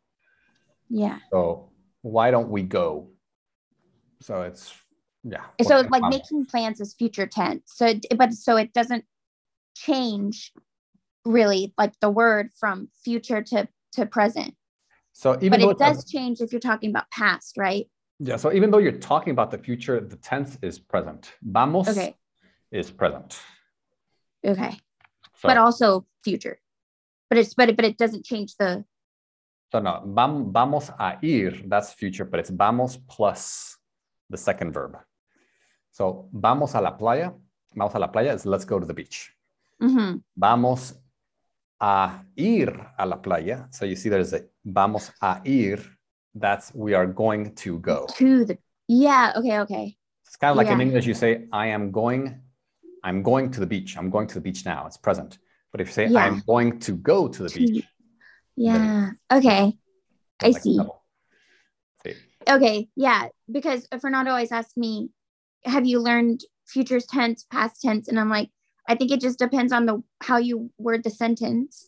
Speaker 5: Yeah.
Speaker 1: So why don't we go? So it's yeah.
Speaker 5: So
Speaker 1: what's
Speaker 5: like
Speaker 1: the plan?
Speaker 5: making plans is future tense. So it, but so it doesn't change really like the word from future to to present.
Speaker 1: So even
Speaker 5: But
Speaker 1: though
Speaker 5: it does change if you're talking about past, right?
Speaker 1: yeah, so even though you're talking about the future, the tense is present. Vamos
Speaker 5: Okay.
Speaker 1: is present.
Speaker 5: Okay.
Speaker 1: So,
Speaker 5: But also future. But it's but it, but it doesn't change the
Speaker 1: so no, vam- vamos a ir, that's future, but it's vamos plus the second verb. So vamos a la playa. Vamos a la playa is let's go to the beach.
Speaker 5: Mhm.
Speaker 1: Vamos a ir a la playa. So you see there's a vamos a ir. That's we are going to go.
Speaker 5: to the Yeah, okay, okay.
Speaker 1: It's kind of like in
Speaker 5: Yeah.
Speaker 1: English, you say, I am going, I'm going to the beach. I'm going to the beach now. It's present. But if you say,
Speaker 5: Yeah.
Speaker 1: I'm going to go to the
Speaker 5: To-
Speaker 1: beach,
Speaker 5: Yeah. Okay. I
Speaker 1: it's like
Speaker 5: see.
Speaker 1: double.
Speaker 5: Okay, yeah, because Fernando always asks me, "Have you learned futures tense, past tense?" And I'm like, "I think it just depends on the how you word the sentence,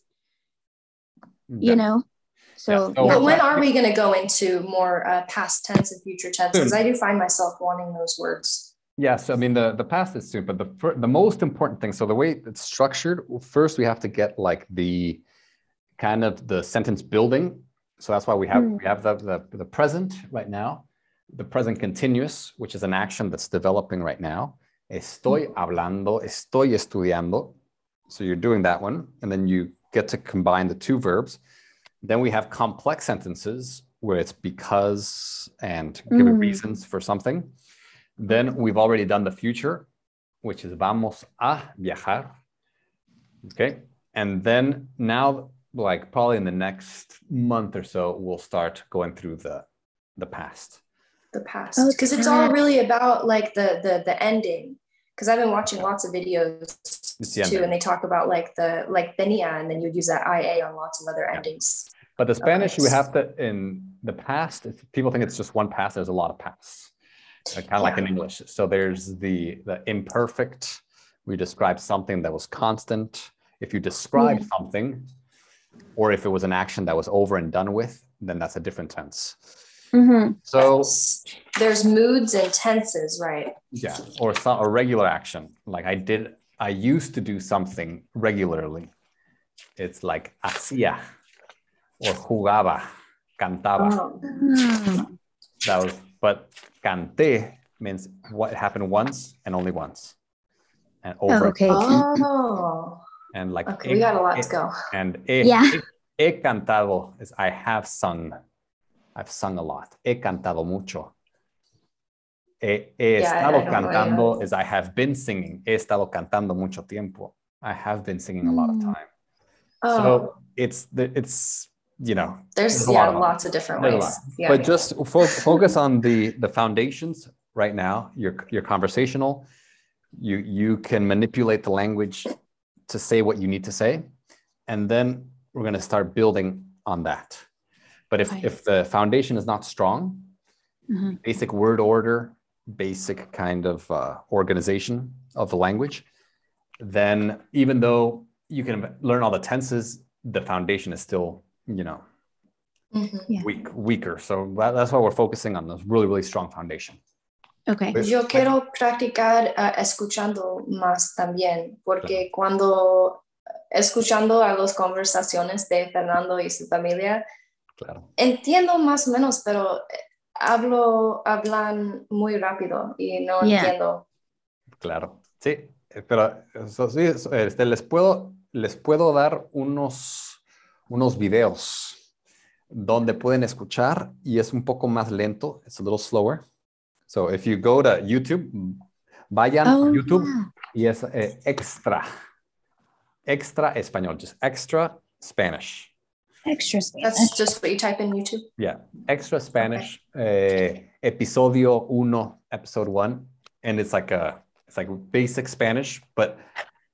Speaker 1: Yeah. Oh,
Speaker 5: you know." So,
Speaker 1: so-
Speaker 5: yeah.
Speaker 2: But when are we going to go into more uh, past tense and future tense? Because I do find myself wanting those words.
Speaker 1: Yeah, so I mean the the past is soon, but the fir- the most important thing. So the way it's structured, well, first we have to get like the kind of the sentence building. So that's why we have
Speaker 5: Hmm.
Speaker 1: we have the, the the present right now, the present continuous, which is an action that's developing right now. Estoy
Speaker 5: Mm.
Speaker 1: hablando, estoy estudiando. So you're doing that one, and then you get to combine the two verbs. Then we have complex sentences where it's because and giving
Speaker 5: Mm.
Speaker 1: reasons for something. Then we've already done the future, which is vamos a viajar. Okay. And then now, like probably in the next month or so, we'll start going through the the past.
Speaker 2: The past,
Speaker 5: Oh,
Speaker 2: because it's all
Speaker 5: past.
Speaker 2: really about like the the the ending. Because I've been watching lots of videos
Speaker 1: It's the
Speaker 2: too,
Speaker 1: ending.
Speaker 2: and they talk about like the like tenia, and then you'd use that ia on lots of other
Speaker 1: Yeah.
Speaker 2: endings.
Speaker 1: But the Spanish, you
Speaker 2: Okay.
Speaker 1: have to in the past. If people think it's just one past, there's a lot of pasts, kind of like in English. So there's the the imperfect. We describe something that was constant. If you describe something, or if it was an action that was over and done with, then that's a different tense. mm-hmm.
Speaker 5: Mhm.
Speaker 1: So
Speaker 2: There's moods and tenses, right?
Speaker 1: yeah, or so, a regular action like I did. I used to do something regularly. It's like hacía, or jugaba, cantaba.
Speaker 2: Oh.
Speaker 5: Hmm.
Speaker 1: That was, but cante means what happened once and only once, and over.
Speaker 5: Oh, okay.
Speaker 2: Oh.
Speaker 1: And like
Speaker 2: Okay, we got a lot to go.
Speaker 1: And he,
Speaker 5: Yeah.
Speaker 1: he, he cantado is I have sung. I've sung a lot. He cantado mucho. He, he
Speaker 2: Yeah, I- I
Speaker 1: estado
Speaker 2: don't know, yeah.
Speaker 1: cantando is I have been singing. He estado cantando mucho tiempo. I have been singing a lot of
Speaker 5: Mm.
Speaker 1: time.
Speaker 2: Oh,
Speaker 1: So it's the it's you know
Speaker 2: there's,
Speaker 1: there's a
Speaker 2: yeah,
Speaker 1: lot of them.
Speaker 2: lots of different
Speaker 1: There's a
Speaker 2: ways.
Speaker 1: lot.
Speaker 2: Yeah.
Speaker 1: but just fo- focus on the the foundations right now you're you're conversational you you can manipulate the language to say what you need to say and then we're going to start building on that but if
Speaker 5: Right.
Speaker 1: if the foundation is not strong
Speaker 2: Mm-hmm.
Speaker 5: Mhm.
Speaker 1: basic word order basic kind of uh, organization of the language then even though you can learn all the tenses the foundation is still you know
Speaker 2: Mhm.
Speaker 1: weak, weaker. So that, that's why we're focusing on this really, really strong foundation.
Speaker 5: Okay.
Speaker 1: Pues,
Speaker 2: Yo quiero practicar ah, escuchando más también, porque cuando eh, escuchando a las conversaciones de Fernando y su familia,
Speaker 1: Claro.
Speaker 2: entiendo más o menos, pero eh, hablo, hablan muy rápido y no
Speaker 5: Yeah.
Speaker 2: entiendo.
Speaker 1: Claro. Sí, eh, pero eso sí, eso, este, les, puedo, les puedo dar unos, unos videos donde pueden escuchar y es un poco más lento. It's a little slower. So if you go to YouTube, vayan a
Speaker 5: Oh,
Speaker 1: YouTube y
Speaker 5: yeah.
Speaker 1: es eh, extra. Extra español, just extra Spanish.
Speaker 5: extra space.
Speaker 2: That's just what you type in YouTube.
Speaker 1: Yeah, extra Spanish eh, episodio uno, episode one, and it's like a it's like basic Spanish, but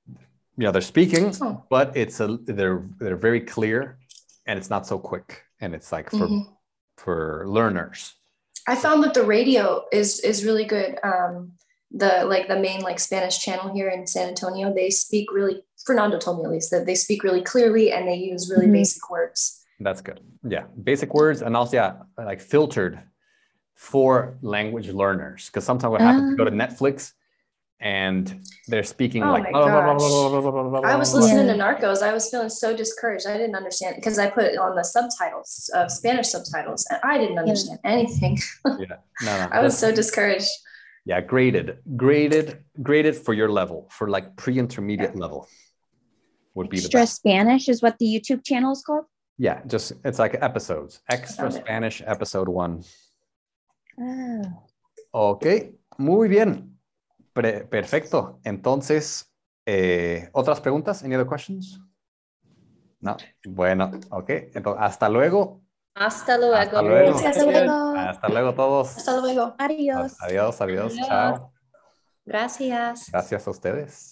Speaker 1: you know they're speaking,
Speaker 2: Oh.
Speaker 1: but it's a they're they're very clear, and it's not so quick, and it's like for
Speaker 2: Mhm.
Speaker 1: for learners.
Speaker 2: I found that the radio is is really good. Um, the like the main like Spanish channel here in San Antonio, they speak really Fernando told me at least that they speak really clearly and they use really
Speaker 5: Mhm.
Speaker 2: basic words.
Speaker 1: That's good. Yeah. Basic words and also, yeah, like filtered for language learners. Because sometimes what happens, you go to Netflix and they're speaking
Speaker 2: Ah. Oh
Speaker 1: like,
Speaker 2: my
Speaker 1: blah, blah, blah,
Speaker 2: gosh.
Speaker 1: blah, blah, blah, blah, blah,
Speaker 2: I was
Speaker 1: blah, blah.
Speaker 2: listening to Narcos. I was feeling so discouraged. I didn't understand because I put it on the subtitles, uh, Spanish subtitles, and I didn't understand anything.
Speaker 1: No, no,
Speaker 2: I was
Speaker 1: that's-
Speaker 2: so discouraged.
Speaker 1: yeah, graded, graded,
Speaker 2: Mm-hmm.
Speaker 1: graded for your level, for like pre-intermediate level would be the
Speaker 5: Extra
Speaker 1: best.
Speaker 5: Spanish is what the YouTube channel is called.
Speaker 1: Yeah, just it's like episodes, extra
Speaker 2: Found it. Ah.
Speaker 1: Spanish episode one.
Speaker 5: Oh.
Speaker 1: Ok, muy bien. Pre- perfecto. Entonces, eh, ¿otras preguntas? ¿Any other questions? No. Bueno, ok. Entonces, hasta luego.
Speaker 3: Hasta luego.
Speaker 1: Hasta luego.
Speaker 2: Gracias, hasta luego.
Speaker 1: Hasta luego a todos.
Speaker 2: Ah. Hasta luego.
Speaker 5: Adiós.
Speaker 1: Adiós, adiós.
Speaker 3: Adiós.
Speaker 1: Chao.
Speaker 3: Gracias.
Speaker 1: Gracias a ustedes.